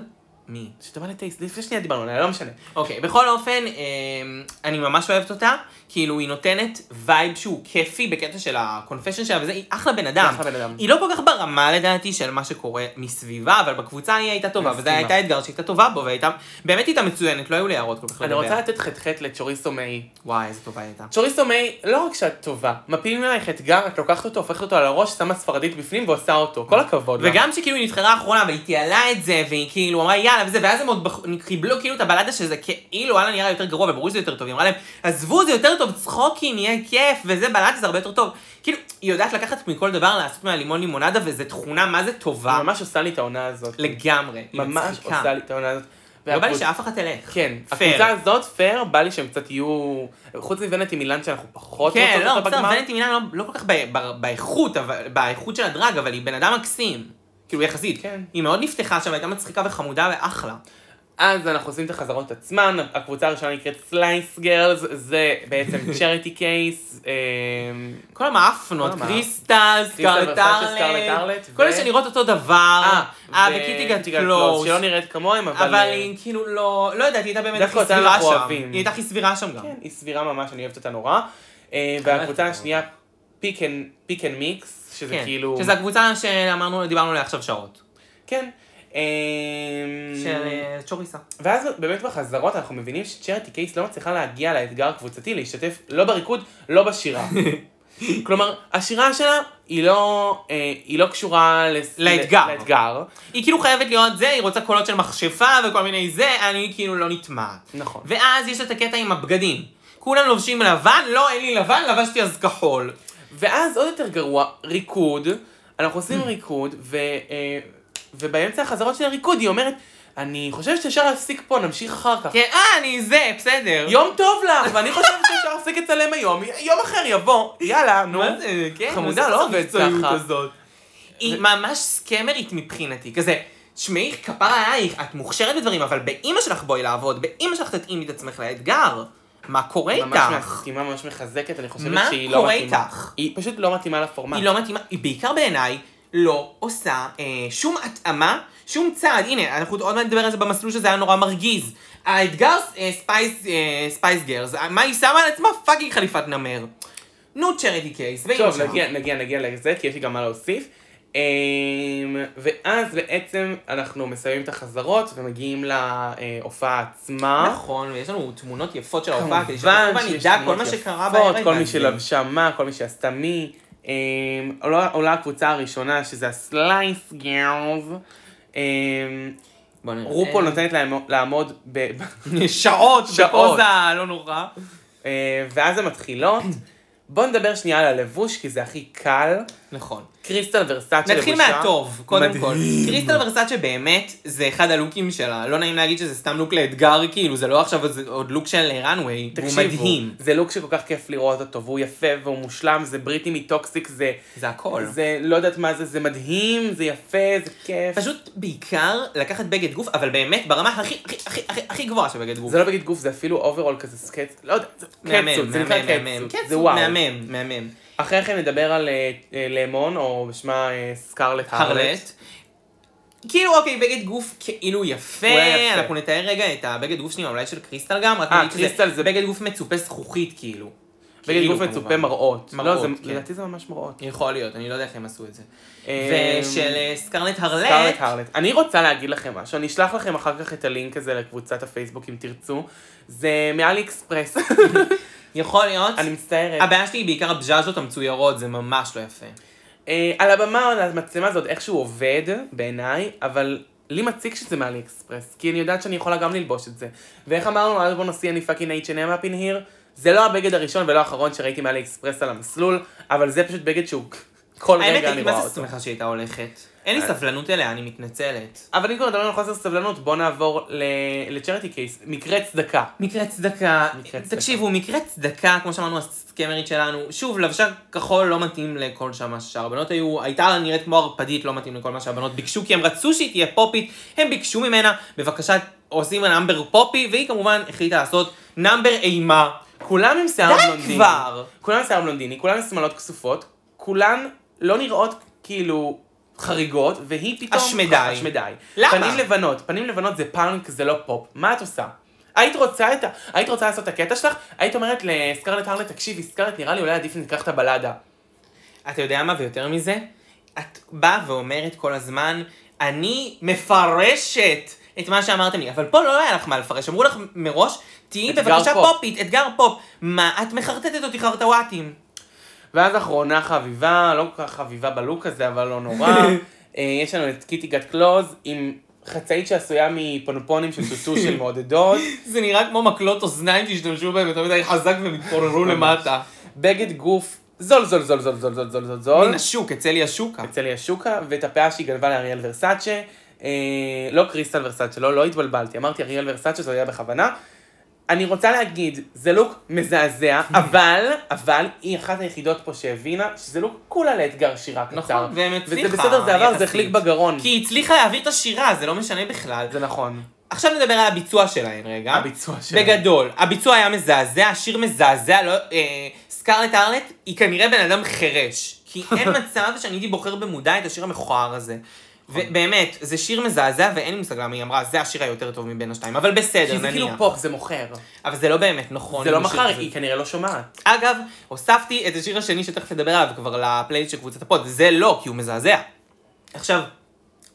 מי?
שטובה לטייסט, לפני שנייה דיברנו עליה, לא משנה.
אוקיי, בכל אופן, אמ, אני ממש אוהבת אותה. כאילו, היא נותנת וייב שהוא כיפי בקטע של הקונפשן שלה, וזה, היא אחלה בן אדם.
אחלה בן אדם.
היא לא כל כך ברמה, לדעתי, של מה שקורה מסביבה, אבל בקבוצה היא הייתה טובה, וזה
מסכימה.
הייתה האתגר שהיא הייתה טובה בו, והייתה, באמת הייתה מצוינת, לא היו לי הערות כל כך
אני
לגביה.
רוצה לתת ח"ח לצ'וריסו מיי.
וואי, איזה טובה היא הייתה.
צ'וריסו מיי, לא רק שאת טובה, מפילים עלייך אתגר, את לוקחת אותו, הופכת אותו על הראש, שמה ספרדית בפנים ועושה אותו. כל הכבוד. לך.
וגם שכאילו היא נבחרה האחרונה, אבל היא תיעלה את זה, והיא כאילו אמרה יאללה וזה, ואז הם עוד בח... קיבלו כאילו את הבלדה שזה כאילו וואלה נראה יותר גרוע, וברור שזה יותר טוב, היא אמרה להם, עזבו זה יותר טוב, צחוקים, יהיה כיף, וזה בלדה זה הרבה יותר טוב. כאילו, היא יודעת לקחת מכל דבר, לעשות מהלימון לימונדה, וזו תכונה מה זה טובה,
היא ממש עושה לי את העונה הזאת.
לגמרי, היא
ממש
מצחיקה.
עושה לי את העונה הזאת.
לא בא לי
והקבוצ-
שאף אחת תלך.
כן,
Fair.
הקבוצה הזאת, פייר, בא לי שהם קצת יהיו... חוץ מבנטי מילן שאנחנו פחות
כן,
רוצות
לא,
אותה
בסדר,
בגמר.
ונטי מילן לא, לא כל כך ב, ב, באיכות, אבל, באיכות של הדרג, אבל היא בן אדם מקסים. כאילו, יחסית.
כן.
היא מאוד נפתחה שם, הייתה מצחיקה וחמודה ואחלה.
אז אנחנו עושים את החזרות עצמן, הקבוצה הראשונה נקראת סלייס גרלס, זה בעצם אה, צ'ריטי קייס,
כל המאפנות,
כל המאפ-
קריסטל, סקרלט
ורסאצ'ה, סקרלט
ארלט,
ארלט,
כל
ו-
אלה שנראות אותו דבר, אה, וקיטי גטלוס,
שלא נראית כמוהם, אבל...
אבל
אה,
היא כאילו לא, לא יודעת, היא הייתה באמת
דווקא
הכי
אותה
סבירה
אנחנו
שם,
אוהבים.
היא הייתה הכי סבירה שם גם.
כן, היא סבירה ממש, אני אוהבת אותה נורא. אה, והקבוצה
אוהבת
השנייה, פיק אנד- פיק אנד מיקס, שזה
כן,
כאילו...
שזה הקבוצה שאמרנו, דיברנו עליה עכשיו שעות.
כן. אה, Mm.
של אה, צ'וריסה.
ואז באמת בחזרות אנחנו מבינים שצ'רטי קייס לא מצליחה להגיע לאתגר הקבוצתי, להשתתף לא בריקוד, לא בשירה. כלומר, השירה שלה היא לא, אה, היא לא קשורה לס...
לאתגר.
לאתגר.
היא כאילו חייבת להיות זה, היא רוצה קולות של מכשפה וכל מיני זה, אני כאילו לא נטמעת.
נכון.
ואז יש את הקטע עם הבגדים. כולם לובשים לבן, לא, אין לי לבן, לבשתי אז כחול.
אה. ואז עוד יותר גרוע, ריקוד. אנחנו עושים ריקוד, ו, אה, ובאמצע החזרות של הריקוד היא אומרת, אני חושבת שאפשר להפסיק פה, נמשיך אחר כך.
כן, אה, אני זה, בסדר.
יום טוב לך, ואני חושבת שאפשר להפסיק לצלם היום, יום אחר יבוא, יאללה, נו.
מה זה, כן,
חמודה,
מה זה
לא עובד
המקצועיות
ככה.
הזאת? היא ממש סקמרית מבחינתי, כזה, שמעי, כפרה עלייך, את מוכשרת בדברים, אבל באימא שלך בואי לעבוד, באימא שלך תתאימי את עצמך לאתגר. מה קורה
ממש
איתך?
מסכימה, ממש מחזקת, אני חושבת
מה
שהיא לא
קורה
מתאימה.
איתך?
היא פשוט לא מתאימה לפורמט.
היא לא מתאימה, היא בעיקר בעיניי לא עושה אה, שום התאמה, שום צעד. הנה, אנחנו עוד מעט נדבר על זה במסלול שזה היה נורא מרגיז. האתגר אה, ספייס, אה, ספייס גרס, מה היא שמה על עצמה? פאקינג חליפת נמר. נו צ'רדי קייס, ואימא
טוב,
שלך.
נגיע, נגיע, נגיע לזה, כי יש לי גם מה להוסיף. אמ, ואז בעצם אנחנו מסיימים את החזרות ומגיעים להופעה עצמה.
נכון, ויש לנו תמונות יפות של ההופעה, כדי
אה? כמובן
שכמובן
שיש
נדע כל
תמונות
מה שקרה
יפות,
בערב.
כל מי
הזה.
שלבשה מה, כל מי שעשתה מי. אמ, עולה עולה הקבוצה הראשונה שזה הסלייס גרלס.
בוא נראה. אה,
רופו אמ, נותנת להם לעמוד ב-
שעות,
שעות.
שעות. לא נורא.
אה, ואז הן מתחילות. בואו נדבר שנייה על הלבוש, כי זה הכי קל.
נכון.
קריסטל ורסאצ'ה לבושה.
נתחיל מהטוב, קודם כל.
מדהים.
קריסטל ורסאצ'ה באמת, זה אחד הלוקים שלה. לא נעים להגיד שזה סתם לוק לאתגר, כאילו, זה לא עכשיו זה עוד לוק של runway, הוא
תקשיבו,
מדהים.
זה לוק שכל כך כיף לראות אותו, והוא יפה והוא מושלם, זה בריטי מטוקסיק, זה...
זה הכל.
זה לא יודעת מה זה, זה מדהים, זה יפה, זה כיף.
פשוט בעיקר לקחת בגד גוף, אבל באמת ברמה הכי הכי הכי הכי הכי גבוהה של בגד גוף.
זה לא בגיד גוף, זה אפילו אוברול כזה סקט, לא יודע, זה קצות,
מהמם,
זה נקרא
מהמם, מהמם.
קצות, זה
קצות,
וואו.
מהמם, מהמם.
אחרי כן נדבר על אה, אה, למון, או בשמה אה, סקרלט הרלט.
הרלט. כאילו, אוקיי, בגד גוף כאילו יפה,
הוא היה יפה.
אנחנו נתאר רגע את הבגד גוף שלי, אולי של קריסטל גם, רק
אה,
נגיד שזה
קריסטל זה-
בגד גוף מצופה זכוכית, כאילו.
בגלל
כאילו,
גוף מצופה
כמובן.
מראות. לא,
מראות,
זה-
כן.
לדעתי זה ממש מראות.
יכול להיות, אני לא יודע איך הם עשו את זה.
אה,
ושל אה, סקרלט הרלט.
סקרלט הרלט. אני רוצה להגיד לכם משהו, אני אשלח לכם אחר כך את הלינק הזה לקבוצת הפייסבוק אם תרצו. זה מאלי אקספרס,
יכול להיות.
אני מצטערת.
הבעיה שלי היא בעיקר הבז'ז'ות המצוירות, זה ממש לא יפה.
אה, על הבמה, על המצלמה הזאת, איכשהו עובד, בעיניי, אבל לי מציק שזה מאלי אקספרס, כי אני יודעת שאני יכולה גם ללבוש את זה. ואיך אמרנו, אז בוא נוציא אני פאקינג H&M up in here, זה לא הבגד הראשון ולא האחרון שראיתי מאלי אקספרס על המסלול, אבל זה פשוט בגד שהוא כל
האמת,
רגע אני
הייתי
רואה
מה זה
אותו. אה.
שמחה שהייתה הולכת. אין לי
אז-
סבלנות אליה, אני מתנצלת.
אבל אם כבר מדברים על חוסר סבלנות, בוא נעבור לצ'רטי קייס, מקרה צדקה.
מקרה צדקה,
מקרה צדקה.
תקשיבו, מקרה צדקה, כמו שאמרנו, הסקמרית שלנו, שוב, לבשה כחול לא מתאים לכל שם מה שהבנות היו, הייתה לה נראית כמו ערפדית, לא מתאים לכל מה שהבנות ביקשו, כי הם רצו שהיא תהיה פופית, הם ביקשו ממנה, בבקשה, עושים לה נאמבר פופי, והיא כמובן החליטה לעשות נאמבר אימה.
כולם עם שיער
די
בלונדיני.
כבר.
כולם עם שיער בלונדיני, כולם עם שמלות כסופות, כולן לא נראות כאילו חריגות, והיא פתאום...
השמדי.
השמדי.
למה?
פנים לבנות, פנים לבנות זה פאנק, זה לא פופ. מה את עושה? היית רוצה, את ה... היית רוצה לעשות את הקטע שלך? היית אומרת לסקרלט הרלט, תקשיבי, סקרלט, נראה לי אולי עדיף ניקח את הבלדה.
אתה יודע מה, ויותר מזה, את באה ואומרת כל הזמן, אני מפרשת את מה שאמרתם לי, אבל פה לא היה לך מה לפרש, אמרו לך מ- מראש, תהיי
אתגר
בבקשה
פופ."
פופית, אתגר פופ. מה, את מחרטטת אותי חרטוואטים.
ואז אחרונה חביבה, לא כל כך חביבה בלוק הזה, אבל לא נורא. אה, יש לנו את קיטי גת קלוז עם חצאית שעשויה מפונפונים של טוטו של מעודדות.
זה נראה כמו מקלות אוזניים שהשתמשו בהם יותר מדי חזק והם התפוררו למטה.
בגד גוף זול זול זול זול זול זול זול זול זול.
מן השוק, אצל ישוקה.
אצל ישוקה, ואת הפאה שהיא גנבה לאריאל ורסאצ'ה. אה, לא קריסטל ורסאצ'ה, לא, לא התבלבלתי, אמרתי אריאל ורסאצ'ה, זה היה בכוונה. אני רוצה להגיד, זה לוק מזעזע, אבל, אבל היא אחת היחידות פה שהבינה שזה לוק כולה לאתגר שירה קצר.
נכון, והם הצליחה.
וזה בסדר, זה עבר, זה
יחסית.
החליק בגרון.
כי היא הצליחה להעביר את השירה, זה לא משנה בכלל.
זה נכון.
עכשיו נדבר על הביצוע שלהן רגע.
הביצוע שלהן.
בגדול, הביצוע היה מזעזע, השיר מזעזע, לא... אה, סקרלט ארלט היא כנראה בן אדם חירש. כי אין מצב שאני הייתי בוחר במודע את השיר המכוער הזה. ובאמת, זה שיר מזעזע ואין לי מושג למה היא אמרה, זה השיר היותר טוב מבין השתיים, אבל בסדר,
כי זה כאילו
נניח.
פופ, זה מוכר.
אבל זה לא באמת נכון.
זה לא
עם השיר
מכר,
הזה.
היא כנראה לא שומעת.
אגב, הוספתי את השיר השני שתכף נדבר עליו כבר לפלייליסט של קבוצת הפוד, זה לא, כי הוא מזעזע. עכשיו,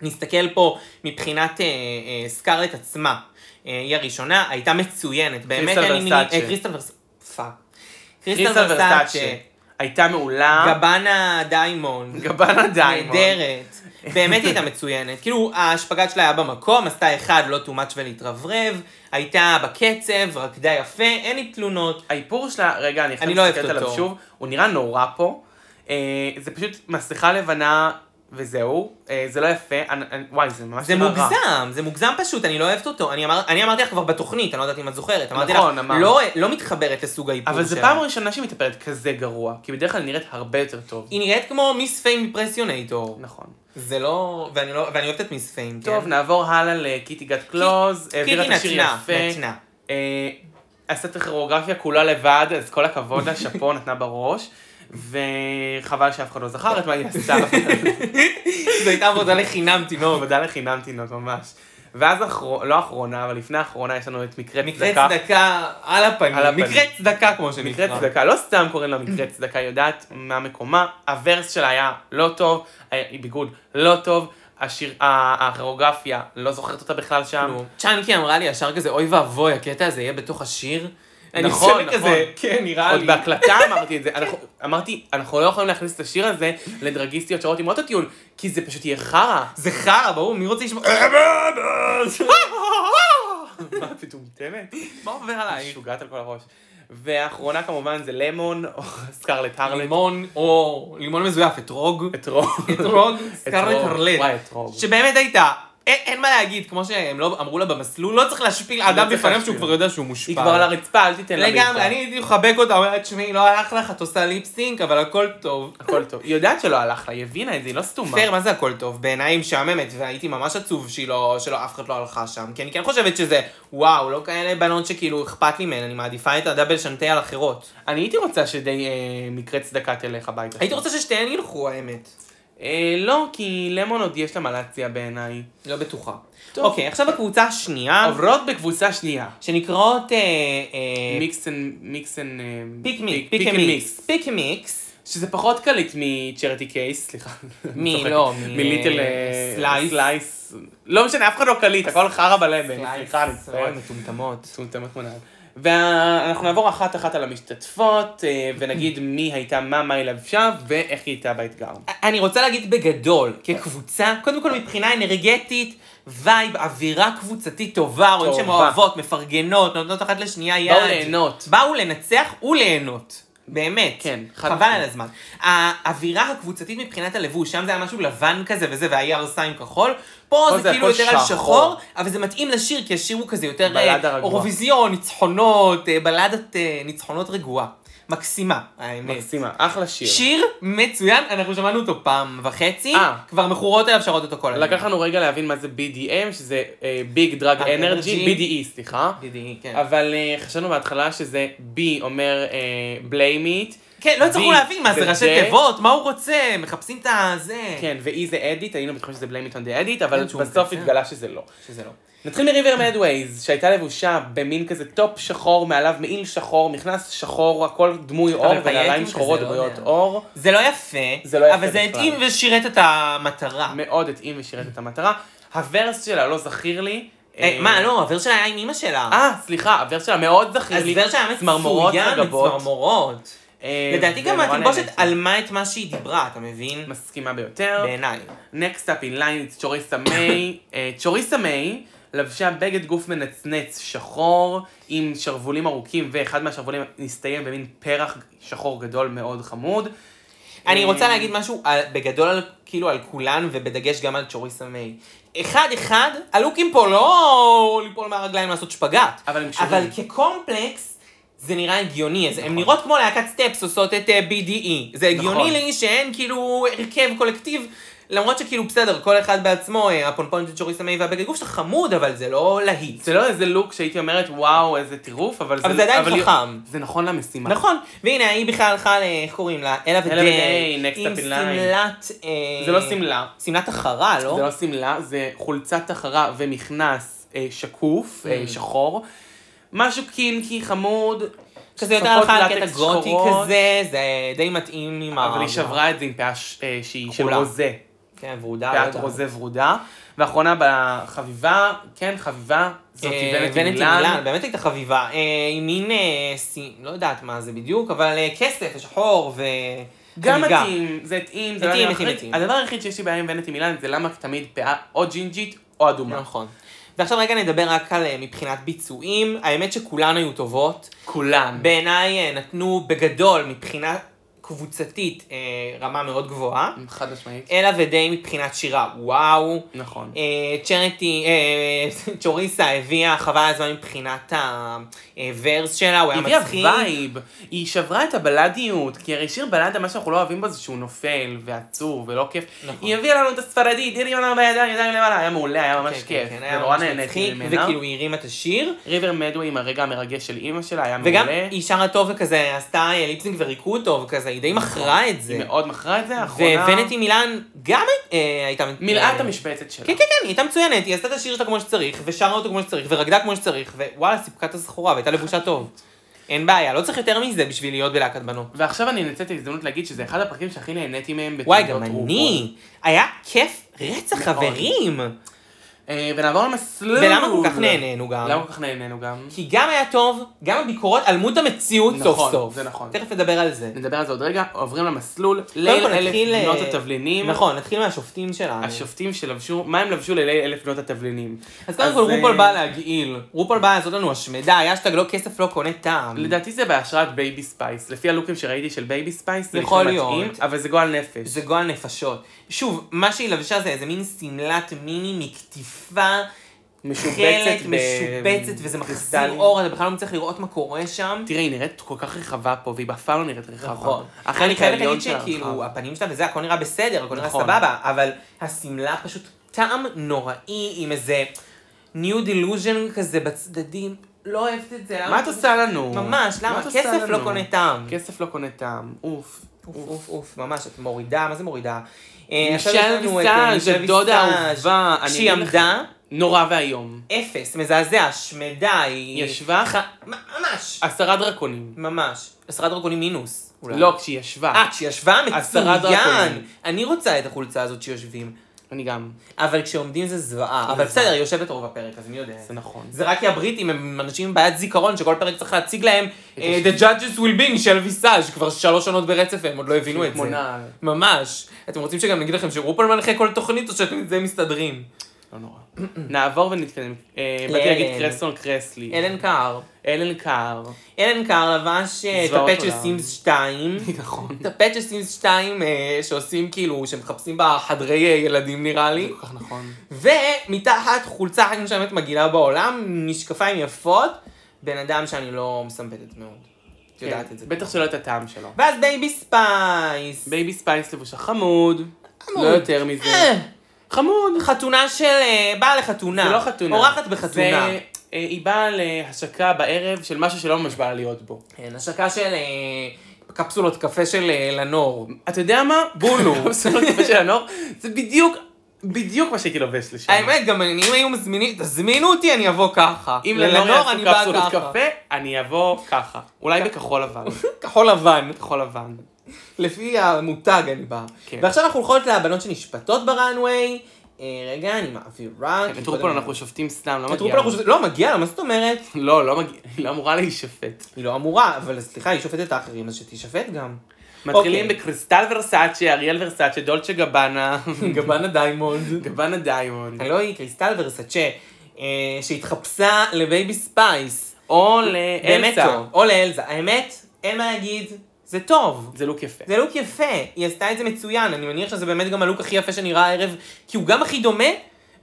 נסתכל פה מבחינת אה, אה, סקארלט עצמה. אה, היא הראשונה, הייתה מצוינת, באמת
קריסטל
אין לי מילים... אה,
ורסאצ'ה.
קריסטל ורסאצ'ה. פאק.
קריסטל
קריסטל
ורסאצ'ה
ורסאצ'ה.
הייתה מעולה.
גבנה דיימונד.
גבנה דיימונד.
נהדרת. באמת הייתה מצוינת. כאילו, ההשפגת שלה היה במקום, עשתה אחד, לא too much ולהתרברב, הייתה בקצב, רקדה יפה, אין לי תלונות.
האיפור שלה, רגע, אני חייב
אני לא אוהבת
להסתכל עליו
אותו.
שוב, הוא נראה נורא פה. אה, זה פשוט מסכה לבנה וזהו. אה, זה לא יפה. אני- אני- וואי, זה ממש
זה
נראה רע.
מוגזם, זה מוגזם פשוט, אני לא אוהבת אותו. אני, אמר, אני אמרתי לך כבר בתוכנית, אני לא יודעת אם את זוכרת. אמרתי
נכון,
לך,
אמרת.
לא, לא מתחברת לסוג האיפור
אבל
שלה.
זו פעם ראשונה שהיא מתאפרת כזה גרוע, כי בדרך כלל היא נראית הרבה יותר טוב.
היא נראית כמו מיס פיים אימפרסיונייטור.
נכון.
זה לא... ואני, לא... ואני אוהבת את מיס פיים,
טוב,
כן?
נעבור הלאה לקיטי גת קלוז. העבירה את
קיטי
השיר
נתנה,
יפה.
נתנה.
אה, עשתה את הכוריאוגרפיה כולה לבד, אז כל הכבוד לה, שאפו נתנה בראש. וחבל שאף אחד לא זכר את מה היא עשתה.
זו הייתה עבודה לחינם, תינוק.
עבודה לחינם תינוק ממש. ואז, אחר... לא אחרונה, אבל לפני האחרונה יש לנו את מקרה
מקרה
צדקה.
צדקה על הפנים.
על הפנים.
מקרה צדקה כמו שנקרא.
מקרה צדקה, לא סתם קוראים לה מקרה צדקה, היא יודעת מה מקומה, הוורס שלה היה לא טוב, הביגוד לא טוב, השיר, ה- הכוריאוגרפיה, לא זוכרת אותה בכלל שם.
נו, צ'אנקי אמרה לי ישר כזה, אוי ואבוי, הקטע הזה יהיה בתוך השיר. אני
נכון,
חושבת
נכון.
כזה, כן, נראה
עוד
לי.
בהקלטה אמרתי את זה, אנחנו, אמרתי, אנחנו לא יכולים להכניס את השיר הזה לדרגיסטיות שרות עם אוטוטיון, כי זה פשוט יהיה חרא.
זה חרא, ברור, מי רוצה לשמוע?
מה, מטומטמת?
מה עובר עליי?
משוגעת על כל הראש. והאחרונה כמובן זה למון, או סקרלט הרלט,
לימון, או לימון מזויף, אתרוג.
אתרוג.
אתרוג,
אתרוג,
סקרלט הרלט.
וואי, אתרוג.
שבאמת הייתה. אין, אין מה להגיד, כמו שהם לא אמרו לה במסלול, לא צריך להשפיל אדם
צריך
בפניו
להשפיל.
שהוא כבר יודע שהוא מושפל.
היא כבר על הרצפה, אל תיתן לה בעיטה.
לגמרי, אני הייתי מחבק אותה, אומרת, תשמעי, לא הלך לך, את עושה ליפסינק, אבל הכל טוב.
הכל טוב. היא יודעת שלא הלך לה, היא הבינה את זה, היא לא סתומה.
פייר, מה זה הכל טוב? בעיניי היא משעממת, והייתי ממש עצוב שהיא לא, שלא, אף אחד לא הלכה שם. כי אני כן חושבת שזה, וואו, לא כאלה בנות שכאילו אכפת לי מהן, אני מעדיפה את הדאבל שנטה על אחרות.
אני הייתי רוצה שדי אה, מקרה צדקה תלך הביתה.
הייתי רוצה ששתיהן ילכו, האמת.
אה, לא, כי למון עוד יש לה מה להציע בעיניי.
לא בטוחה.
טוב.
אוקיי, עכשיו הקבוצה השנייה,
עוברות בקבוצה שנייה.
שנקראות... אה, אה,
מיקסן, מיקסן,
פיק מיק, פיק מיקס. פיק מיקס.
שזה פחות קליט מצ'רטי קייס, סליחה.
מי,
צוחק.
לא, מ-
מליטל
אה,
סלייס.
סלייס.
סלייס. לא משנה, אף אחד לא קליט, הכל חרא
אה,
בלבן. סליחה, אני
אוי,
מצטער.
מטומטמות.
מטומטמת מונעת. ואנחנו נעבור אחת-אחת על המשתתפות, אה, ונגיד מי הייתה מה, מה היא לבשה, ואיך היא הייתה באתגר.
אני רוצה להגיד בגדול, כקבוצה, קודם כל מבחינה אנרגטית, וייב, אווירה קבוצתית טובה, רואים שהן
טובה.
אוהבות, מפרגנות, נותנות אחת לשנייה יד.
באו ליהנות.
באו לנצח וליהנות. באמת.
כן, חד
חבל
משמעית.
על הזמן. האווירה הקבוצתית מבחינת הלבוש, שם זה היה משהו לבן כזה וזה, והיה הרסה עם כחול. פה
פה זה
זה כאילו
הכל
יותר על
שחור.
שחור, אבל זה מתאים לשיר, כי השיר הוא כזה יותר אה,
בלדה רגוע.
אירוויזיון, ניצחונות, אה, בלדת אה, ניצחונות רגועה. מקסימה, האמת.
מקסימה, אחלה שיר.
שיר מצוין, אנחנו שמענו אותו פעם וחצי,
אה.
כבר מכורות אליו שרות אותו כל
לקח לנו רגע להבין מה זה BDM, שזה אה, ביג דרג אנרגי,
אה, Energy.
BDE, E, סליחה.
BDE, כן.
אבל אה, חשבנו בהתחלה שזה B אומר אה, בליימית.
כן, לא הצלחנו להבין מה זה ראשי תיבות, מה הוא רוצה, מחפשים את הזה.
כן, ו-E זה אדיט, היינו בטוחים שזה בליימית on the edit, אבל
כן, שהוא
בסוף
מקצר.
התגלה שזה לא.
שזה לא.
נתחיל מריבר מדווייז, שהייתה לבושה במין כזה טופ שחור, מעליו מעיל שחור, מכנס שחור, הכל דמוי אור,
פייטים
ונעליים
כזה,
שחורות
לא
דמויות
יודע.
אור.
זה לא יפה,
זה לא יפה
אבל זה
בכלל.
התאים ושירת את המטרה.
מאוד התאים ושירת את המטרה. הוורס שלה לא זכיר לי.
אה, מה, לא, הוורס שלה היה עם אמא שלה.
אה, סליחה, הוורס שלה מאוד זכיר
אז
לי.
הוורס שלה היה
צמרמורות
מצוין,
וגבות.
צמרמורות.
אה,
לדעתי גם
ונורא
התלבושת
נהניתי.
עלמה את מה שהיא דיברה, אתה מבין?
מסכימה ביותר.
בעיניי.
Next up in line it's צ'וריסה מיי. אה, צ'וריסה מיי לבשה בגד גוף מנצנץ שחור עם שרוולים ארוכים ואחד מהשרוולים נסתיים במין פרח שחור גדול מאוד חמוד.
אני רוצה
אה,
להגיד משהו על, בגדול על, כאילו על כולן, ובדגש גם על צ'וריסה מיי. אחד אחד, הלוקים פה לא ליפול מהרגליים לעשות שפגאט.
אבל הם קשורים.
אבל כקומפלקס, זה נראה הגיוני. נכון. הן נראות כמו להקת סטפס עושות את אה, BDE. זה הגיוני
נכון.
לי שהן כאילו הרכב קולקטיב. למרות שכאילו בסדר, כל אחד בעצמו, אה, הפונפון של צ'וריסה מיי והבגד גוף שלך חמוד, אבל זה לא להיט.
זה לא איזה לוק שהייתי אומרת וואו איזה טירוף אבל,
אבל זה עדיין
אבל-
חכם.
זה נכון למשימה.
נכון, והנה היא בכלל הלכה ל... איך קוראים לה? אלה ודיי,
ודיי, next
עם
up in line.
שמלת... אה,
זה לא שמלה.
שמלת החרה, לא?
זה לא שמלה, זה חולצת תחרה ומכנס אה, שקוף, אה,
Mm.
שחור. משהו קינקי חמוד.
כזה יותר
כפפות
הלכה על קטע
לטקס
גותי
שחורות.
כזה, זה די מתאים עם ה...
אבל היא שברה את זה עם פאה ש- אה, שהיא של
כחולה.
רוזה,
כן, ורודה. לא
פאת
יודעת.
רוזה ורודה. ואחרונה בחביבה, כן חביבה, זאת
אה,
איוונת עם
ונט
אילן.
אילן, באמת הייתה חביבה. אה, עם מין, אה, סי- לא יודעת מה זה בדיוק, אבל אה, כסף, שחור ו...
גם
חגיגה.
מתאים, זה התאים, זה לא
התאים,
היה
התאים,
מחריד.
התאים.
הדבר היחיד שיש לי בעיה עם ונט עם אילן זה למה תמיד פאה או ג'ינג'ית או אדומה.
נכון. ועכשיו רגע נדבר רק על אה, מבחינת ביצועים. האמת שכולן היו טובות.
כולן.
בעיניי אה, נתנו בגדול מבחינה קבוצתית אה, רמה מאוד גבוהה.
חד משמעית.
אלה ודי מבחינת שירה, וואו.
נכון.
אה, צ'רטי, אה, צ'וריסה הביאה חבל על הזמן מבחינת הוורס שלה, הוא היה
היא הביאה
מצחיק.
וייב, היא שברה את הבלדיות, כי הרי שיר בלדה, מה שאנחנו לא אוהבים בו זה שהוא נופל ועצור ולא כיף.
נכון.
היא הביאה לנו את הספרדית, דיר יונה בידיים, ידיים למעלה, היה מעולה, היה
כן,
ממש
כן,
כיף.
כן,
זה
היה
נורא
ממש
נהניתי
מצחיק,
ממנה.
וכאילו היא הרימה את השיר.
ריבר מדווי עם הרגע המרגש של אימא שלה, היה
וגם
מעולה.
היא שרה טוב וכזה, עשתה אה, ליפסינג וריקוד טוב וכזה, היא היא די מכרה את זה.
נכון. היא מאוד מכרה את זה, האחרונה.
וונטי מילאן גם אה, הייתה...
מילאה את
אה,
המשבצת שלה.
כן, כן, כן, היא הייתה מצוינת, היא עשתה את השיר שלה כמו שצריך, ושרה אותו כמו שצריך, ורקדה כמו שצריך, ווואלה, סיפקה את הסחורה, והייתה לבושה טוב. אין בעיה, לא צריך יותר מזה בשביל להיות בלהקת בנות.
ועכשיו אני אנצל את ההזדמנות להגיד שזה אחד הפרקים שהכי נהניתי מהם
וואי,
בתולדות
גם
רובו.
אני. היה כיף רצח,
מאוד.
חברים.
אה, ונעבור למסלול.
ולמה כל כך נהנינו גם?
למה כל כך נהנינו גם?
כי גם היה טוב, גם הביקורות עלמו את המציאות
נכון,
סוף סוף.
זה נכון.
תכף נדבר על זה.
נדבר על זה עוד רגע, עוברים למסלול.
קודם
ליל
כל
אלף
נתחיל...
בנות
אה,
התבלינים.
נכון, נתחיל מהשופטים שלנו.
השופטים שלבשו, מה הם לבשו לליל אלף בנות התבלינים?
אז קודם כל
אה,
רופול בא להגעיל, רופול בא לעשות לנו השמדה, השטג לא כסף לא קונה טעם.
לדעתי זה בהשראת בייבי ספייס, לפי הלוקים שראיתי של בייבי ספייס, זה
יכול
נשמע
להיות.
מתאים, אבל זה גועל נפש.
זה גועל נפשות. שוב, מה שהיא לבשה זה איזה מין שמלת מיני מקטיפה,
משובצת
חלק
ב-
משובצת, וזה מחזיר
קריסטלים.
אור, אתה בכלל לא מצליח לראות מה קורה שם.
תראה, היא נראית כל כך רחבה פה, והיא באף פעם לא נראית רחבה.
נכון. אני
החלק
חייבת
העליון
להגיד
של הרחב.
שכאילו, כאילו, הפנים שלה וזה, הכל נראה בסדר, הכל נראה
נכון.
סבבה, אבל השמלה פשוט טעם נוראי עם איזה ניו דילוז'ן כזה בצדדים. לא אוהבת את זה.
מה את עושה לנו?
ממש,
מה
למה?
את עושה
כסף לא
לנו?
קונה טעם.
כסף לא קונה טעם, אוף.
אוף, אוף, אוף, ממש, את מורידה, מה זה מורידה? אה, עכשיו יש
מישל
לנו את, אה,
ויסאז',
מישל
הדודה
ויסאז'.
האהובה. אני
כשהיא
אגיד לך,
עמדה,
נורא ואיום.
אפס, מזעזע, שמדה, היא...
ישבה
ממש.
עשרה דרקונים.
ממש. עשרה דרגונים מינוס. אולי.
לא, כשהיא ישבה.
אה, כשישבה
עשרה
מצוין.
דרקונים.
אני רוצה את החולצה הזאת שיושבים.
אני גם.
אבל כשעומדים זה זוועה. אבל בסדר, היא יושבת רוב הפרק, אז מי יודע.
זה נכון.
זה רק כי הבריטים הם אנשים עם בעיית זיכרון, שכל פרק צריך להציג להם אה, The Judges will be של ויסאז' כבר שלוש עונות ברצף, הם עוד לא הבינו את זה.
כמו נעל.
ממש. אתם רוצים שגם נגיד לכם שרופול מנחה כל תוכנית, או שאתם עם זה מסתדרים?
לא נורא. נעבור ונתקדם. אה, באתי
לאלן.
להגיד קרסון קרסלי.
אלן קאר.
אלן קאר.
אלן קאר לבש אה, את
זוועות
הפאצ' של
עולם.
סימס 2.
נכון.
את הפאצ' של סימס 2 אה, שעושים כאילו, שמחפשים בחדרי אה, ילדים נראה לי.
כל כך נכון.
ומתחת חולצה הכי משלמת מגעילה בעולם, משקפיים יפות, בן אדם שאני לא מסמפדת מאוד. את יודעת
כן,
את זה.
בטח שלא את הטעם שלו.
ואז בייבי ספייס.
בייבי ספייס לבושה חמוד.
חמוד.
לא יותר מזה.
אה,
חמוד.
חתונה של... אה, באה לחתונה.
זה לא חתונה.
אורחת בחתונה.
זה, אה, היא באה להשקה בערב של משהו שלא ממש בא להיות בו.
כן, השקה של אה, קפסולות קפה של אה, לנור.
אתה יודע מה?
בולו.
סולו לא קפה של הנור, זה בדיוק, בדיוק מה שהייתי לובש לשם.
האמת, גם אני- אם היו מזמינים, תזמינו אותי, אני אבוא ככה.
אם
ללנור
לנור
אני
יעשו
באה
קפסולות
ככה.
קפה, אני אבוא ככה. אולי בכחול לבן.
כחול לבן.
כחול לבן.
לפי המותג אני באה.
כן.
ועכשיו אנחנו הולכות לבנות שנשפטות בראנוויי. אה, רגע, אני מעבירה. כי
את
קודם-
רופול כן, אנחנו שופטים סתם, לא
את
מגיע.
רופול אנחנו שופטים- לא, מגיע לה, מה זאת אומרת?
לא, לא מגיע, היא לא אמורה להישפט.
היא לא אמורה, אבל סליחה, היא שופטת האחרים, אז שתישפט גם.
מתחילים בקריסטל ורסאצ'ה, אריאל ורסאצ'ה, דולצ'ה גבנה,
גבנה דיימונד.
גבנה דיימונד.
הלוא היא קריסטל ורסצ'ה, אה, שהתחפשה לבייבי ספייס.
או
באמת
לאלסה.
טוב. או לאלזה. האמת, אין מה להגיד, זה טוב.
זה לוק יפה.
זה לוק יפה, היא עשתה את זה מצוין, אני מניח שזה באמת גם הלוק הכי יפה שנראה הערב, כי הוא גם הכי דומה,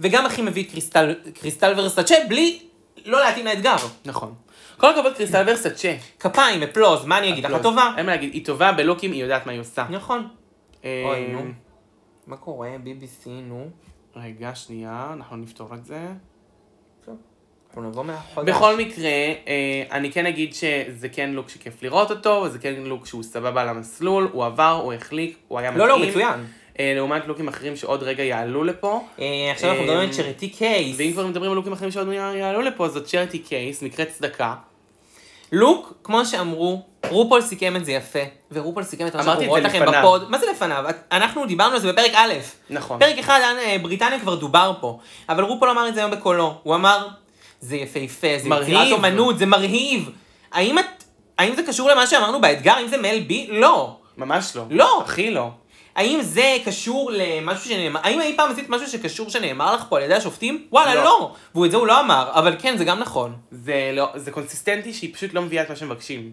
וגם הכי מביא קריסטל, קריסטל ורסצ'ה, בלי לא להתאים לאתגר.
נכון. כל הכבוד קריסטל ורסאצ'ה.
כפיים, אפלוז, מה אני אגיד לך? טובה.
לא, אין מה להגיד, היא טובה בלוקים, היא יודעת מה היא עושה.
נכון.
אה,
אוי, נו. מה קורה? BBC, נו.
רגע, שנייה, אנחנו נפתור את זה.
אנחנו נבוא מהחודש.
בכל מקרה, אה, אני כן אגיד שזה כן לוק שכיף לראות אותו, זה כן לוק שהוא סבבה על המסלול, הוא עבר, הוא החליק, הוא היה
לא, לא,
מתאים.
מצוין.
אה, לעומת לוקים אחרים שעוד רגע יעלו לפה.
אה, עכשיו אנחנו
אה,
מדברים על שרתי קייס.
ואם כבר מדברים על לוקים אחרים שעוד יעלו לפה, זאת צ'רטי קייס, מקרה צדקה.
לוק, כמו שאמרו, רופול סיכם את זה יפה, ורופול סיכם את מה
אמרתי
שאנחנו
את
רואות
זה
לכם
לפניו.
בפוד. מה זה לפניו? אנחנו דיברנו על זה בפרק א'.
נכון.
פרק אחד, אה, בריטניה כבר דובר פה, אבל רופול אמר את זה היום בקולו. הוא אמר, זה יפהפה, זה
מרהיב.
יצירת אומנות, זה מרהיב. האם, את, האם זה קשור למה שאמרנו באתגר? האם זה מל בי? לא.
ממש לא.
לא.
הכי לא.
האם זה קשור למשהו שנאמר, האם אי פעם עשית משהו שקשור שנאמר לך פה על ידי השופטים? וואלה, לא.
לא.
לא. ואת זה הוא לא אמר, אבל כן, זה גם נכון.
זה לא, זה קונסיסטנטי שהיא פשוט לא מביאה את מה שמבקשים.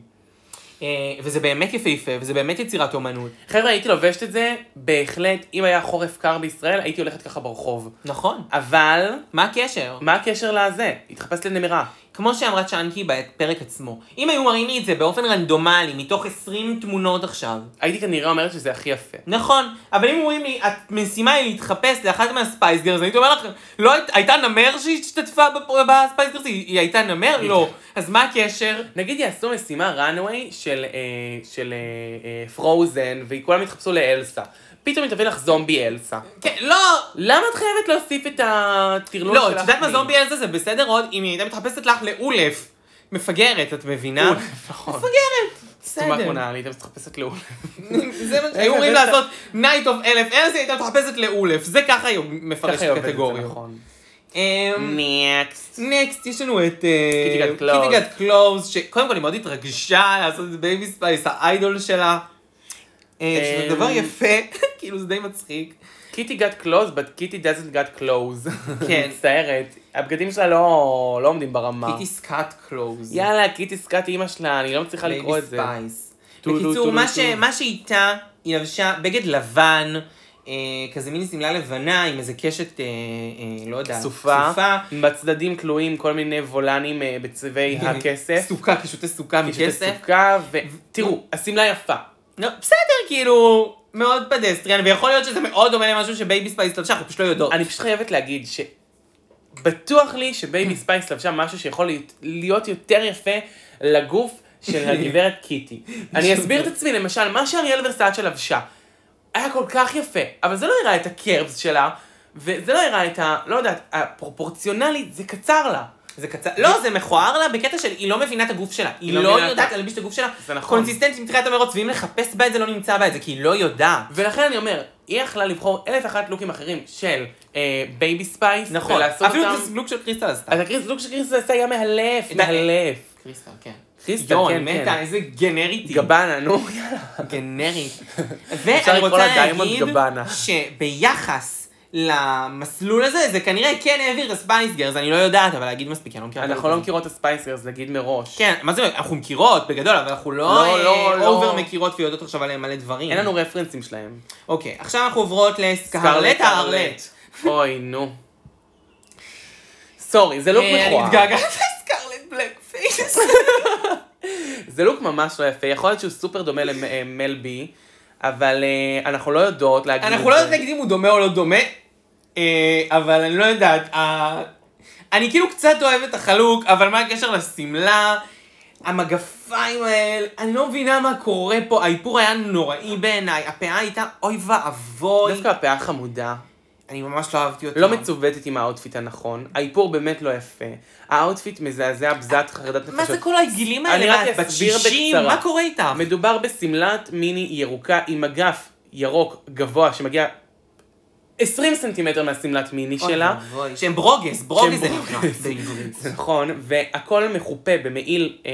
אה, וזה באמת יפהפה, וזה באמת יצירת אומנות.
חבר'ה, הייתי לובשת את זה, בהחלט, אם היה חורף קר בישראל, הייתי הולכת ככה ברחוב.
נכון.
אבל,
מה הקשר?
מה הקשר לזה? התחפשת לנמרה.
כמו שאמרה צ'אנקי בפרק עצמו, אם היו מראים לי את זה באופן רנדומלי, מתוך 20 תמונות עכשיו,
הייתי כנראה אומרת שזה הכי יפה.
נכון, אבל אם אומרים לי, המשימה היא להתחפש לאחת מהספייסגרס, הייתי אומר לכם, לא היית- הייתה נמר שהשתתפה בפ- בספייסגרס? היא היא הייתה נמר? לא. אז מה הקשר?
נגיד יעשו משימה ראנוויי של, אה, של אה, אה, פרוזן, וכולם יתחפשו לאלסה. פתאום היא תביא לך זומבי אלסה.
כן, לא!
למה את חייבת להוסיף את הטרלול
לא,
שלך?
את יודעת מה
פנימה?
זומבי אלזה זה בסדר עוד אם היא הייתה מתחפשת לך לאולף. מפגרת, את מבינה?
אולף, נכון.
מפגרת.
סתומה
בסדר.
קונה, אני הייתה מתחפשת לאולף.
זה מה שהיו אומרים
זה-
לעשות Night of אלף אלזה, הייתה מתחפשת לאולף. זה ככה היא
ככה
מפרשת
היא עובדת, זה
קטגוריות.
נכון.
אמ,
נקסט.
נקסט, יש לנו את אה,
קיטיגט קלוז.
קיטיגט קלוז, שקודם כל היא מאוד התרגשה לעשות את בייבי ספייס, האיידול שלה. אה,
אמ,
שזה דבר יפה, כאילו זה די מצחיק.
קיטי גאט קלוז, but קיטי doesn't got clothes.
כן.
מצטערת. הבגדים שלה לא לא עומדים ברמה.
קיטי סקאט קלוז.
יאללה, קיטי סקאט אימא שלה, אני לא מצליחה לקרוא את זה.
בייבי ספייס.
טולו,
בקיצור,
טולו,
מה ש-
טולו.
מה שאיתה, היא לבשה בגד לבן, אה, כזה מין שמלה לבנה עם איזה קשת, אה, אה, לא יודעת,
כן. סופה. בצדדים תלויים כל מיני וולנים אה, בצבעי הכסף.
כן, סוכה, קישוטי סוכה מכסף.
סוכה, ותראו, השמלה יפה.
לא, בסדר, כאילו, מאוד פדסטריאן, ויכול להיות שזה מאוד דומה למשהו שבייבי ספייס לבשה, אנחנו פשוט לא יודעות.
אני פשוט חייבת להגיד ש... בטוח לי שבייבי ספייס לבשה משהו שיכול להיות- להיות יותר יפה לגוף של הגברת קיטי. אני אסביר את עצמי, למשל, מה שאריאל ורסאצ'ה לבשה, היה כל כך יפה, אבל זה לא הראה את הקרבס שלה, וזה לא הראה את ה... לא יודעת, הפרופורציונלית, זה קצר לה.
זה קצר, לא, זה מכוער לה בקטע של היא לא מבינה את הגוף שלה. היא
לא
לא
מבינה את
יודעת
ה-
להלביש את הגוף שלה.
זה נכון.
קונסיסטנטית מתחילת המרוץ, ואם לחפש בה את זה לא נמצא בה את זה, כי היא לא יודעת.
ולכן אני אומר, היא יכלה לבחור אלף ואחת לוקים אחרים של אה, בייבי ספייס,
נכון.
ולעשות
אפילו
אותם...
את הסלוק של קריסטל עשתה.
אז הקריס, לוק של קריס עשה היה מאלף,
את ה-
מאלף.
קריסטל, כן.
קריסטל,
יואו,
כן,
אני מתה,
כן.
איזה גנרית היא.
גבנה, נו, יאללה.
גנרית.
אפשר
ואני
לקרוא
רוצה
לה דיימונד
להגיד
גבנה.
שביחס למסלול הזה, זה כנראה כן העביר לספייס גרס, אני לא יודעת, אבל להגיד מספיק, אני לא מכירה. את
אנחנו
הלוגו.
לא מכירות את הספייסרס, נגיד מראש.
כן, מה זה, אנחנו מכירות בגדול, אבל אנחנו לא
לא, לא, לא.
אובר מכירות ויודעות עכשיו עליהם מלא דברים.
אין לנו רפרנסים שלהם.
אוקיי, עכשיו אנחנו עוברות לסקרלט הארלט.
אוי, נו. סורי, זה לוק
אה, אני
מכוער.
מתגעגעת לסקרלט בלק פייס.
זה לוק ממש לא יפה, יכול להיות שהוא סופר דומה למל בי, אבל אה, אנחנו לא יודעות להגיד
אנחנו לא יודעים להגיד אם הוא דומה או לא דומה, אה, אבל אני לא יודעת. ה- אני כאילו קצת אוהב את החלוק, אבל מה הקשר לשמלה? המגפיים האלה, אני לא מבינה מה קורה פה, האיפור היה נוראי בעיניי, הפאה הייתה אוי ואבוי.
דווקא הפאה חמודה.
אני ממש לא אהבתי אותה.
לא מצוותת עם האוטפיט הנכון, האיפור באמת לא יפה, האוטפיט מזעזע בזת חרדת נפשות.
מה זה כל העגילים
אני
האלה?
רק
מה, את בת
אסביר
60?
בקצרה.
מה קורה איתך?
מדובר בשמלת מיני ירוקה עם אגף ירוק גבוה שמגיע 20 סנטימטר מהשמלת מיני
אוי
שלה.
ואבוי. שהם ברוגס, ברוגס זה
שהם
נקרא.
ברוגז.
בעברית.
זה נכון, והכל מכופה במעיל אה,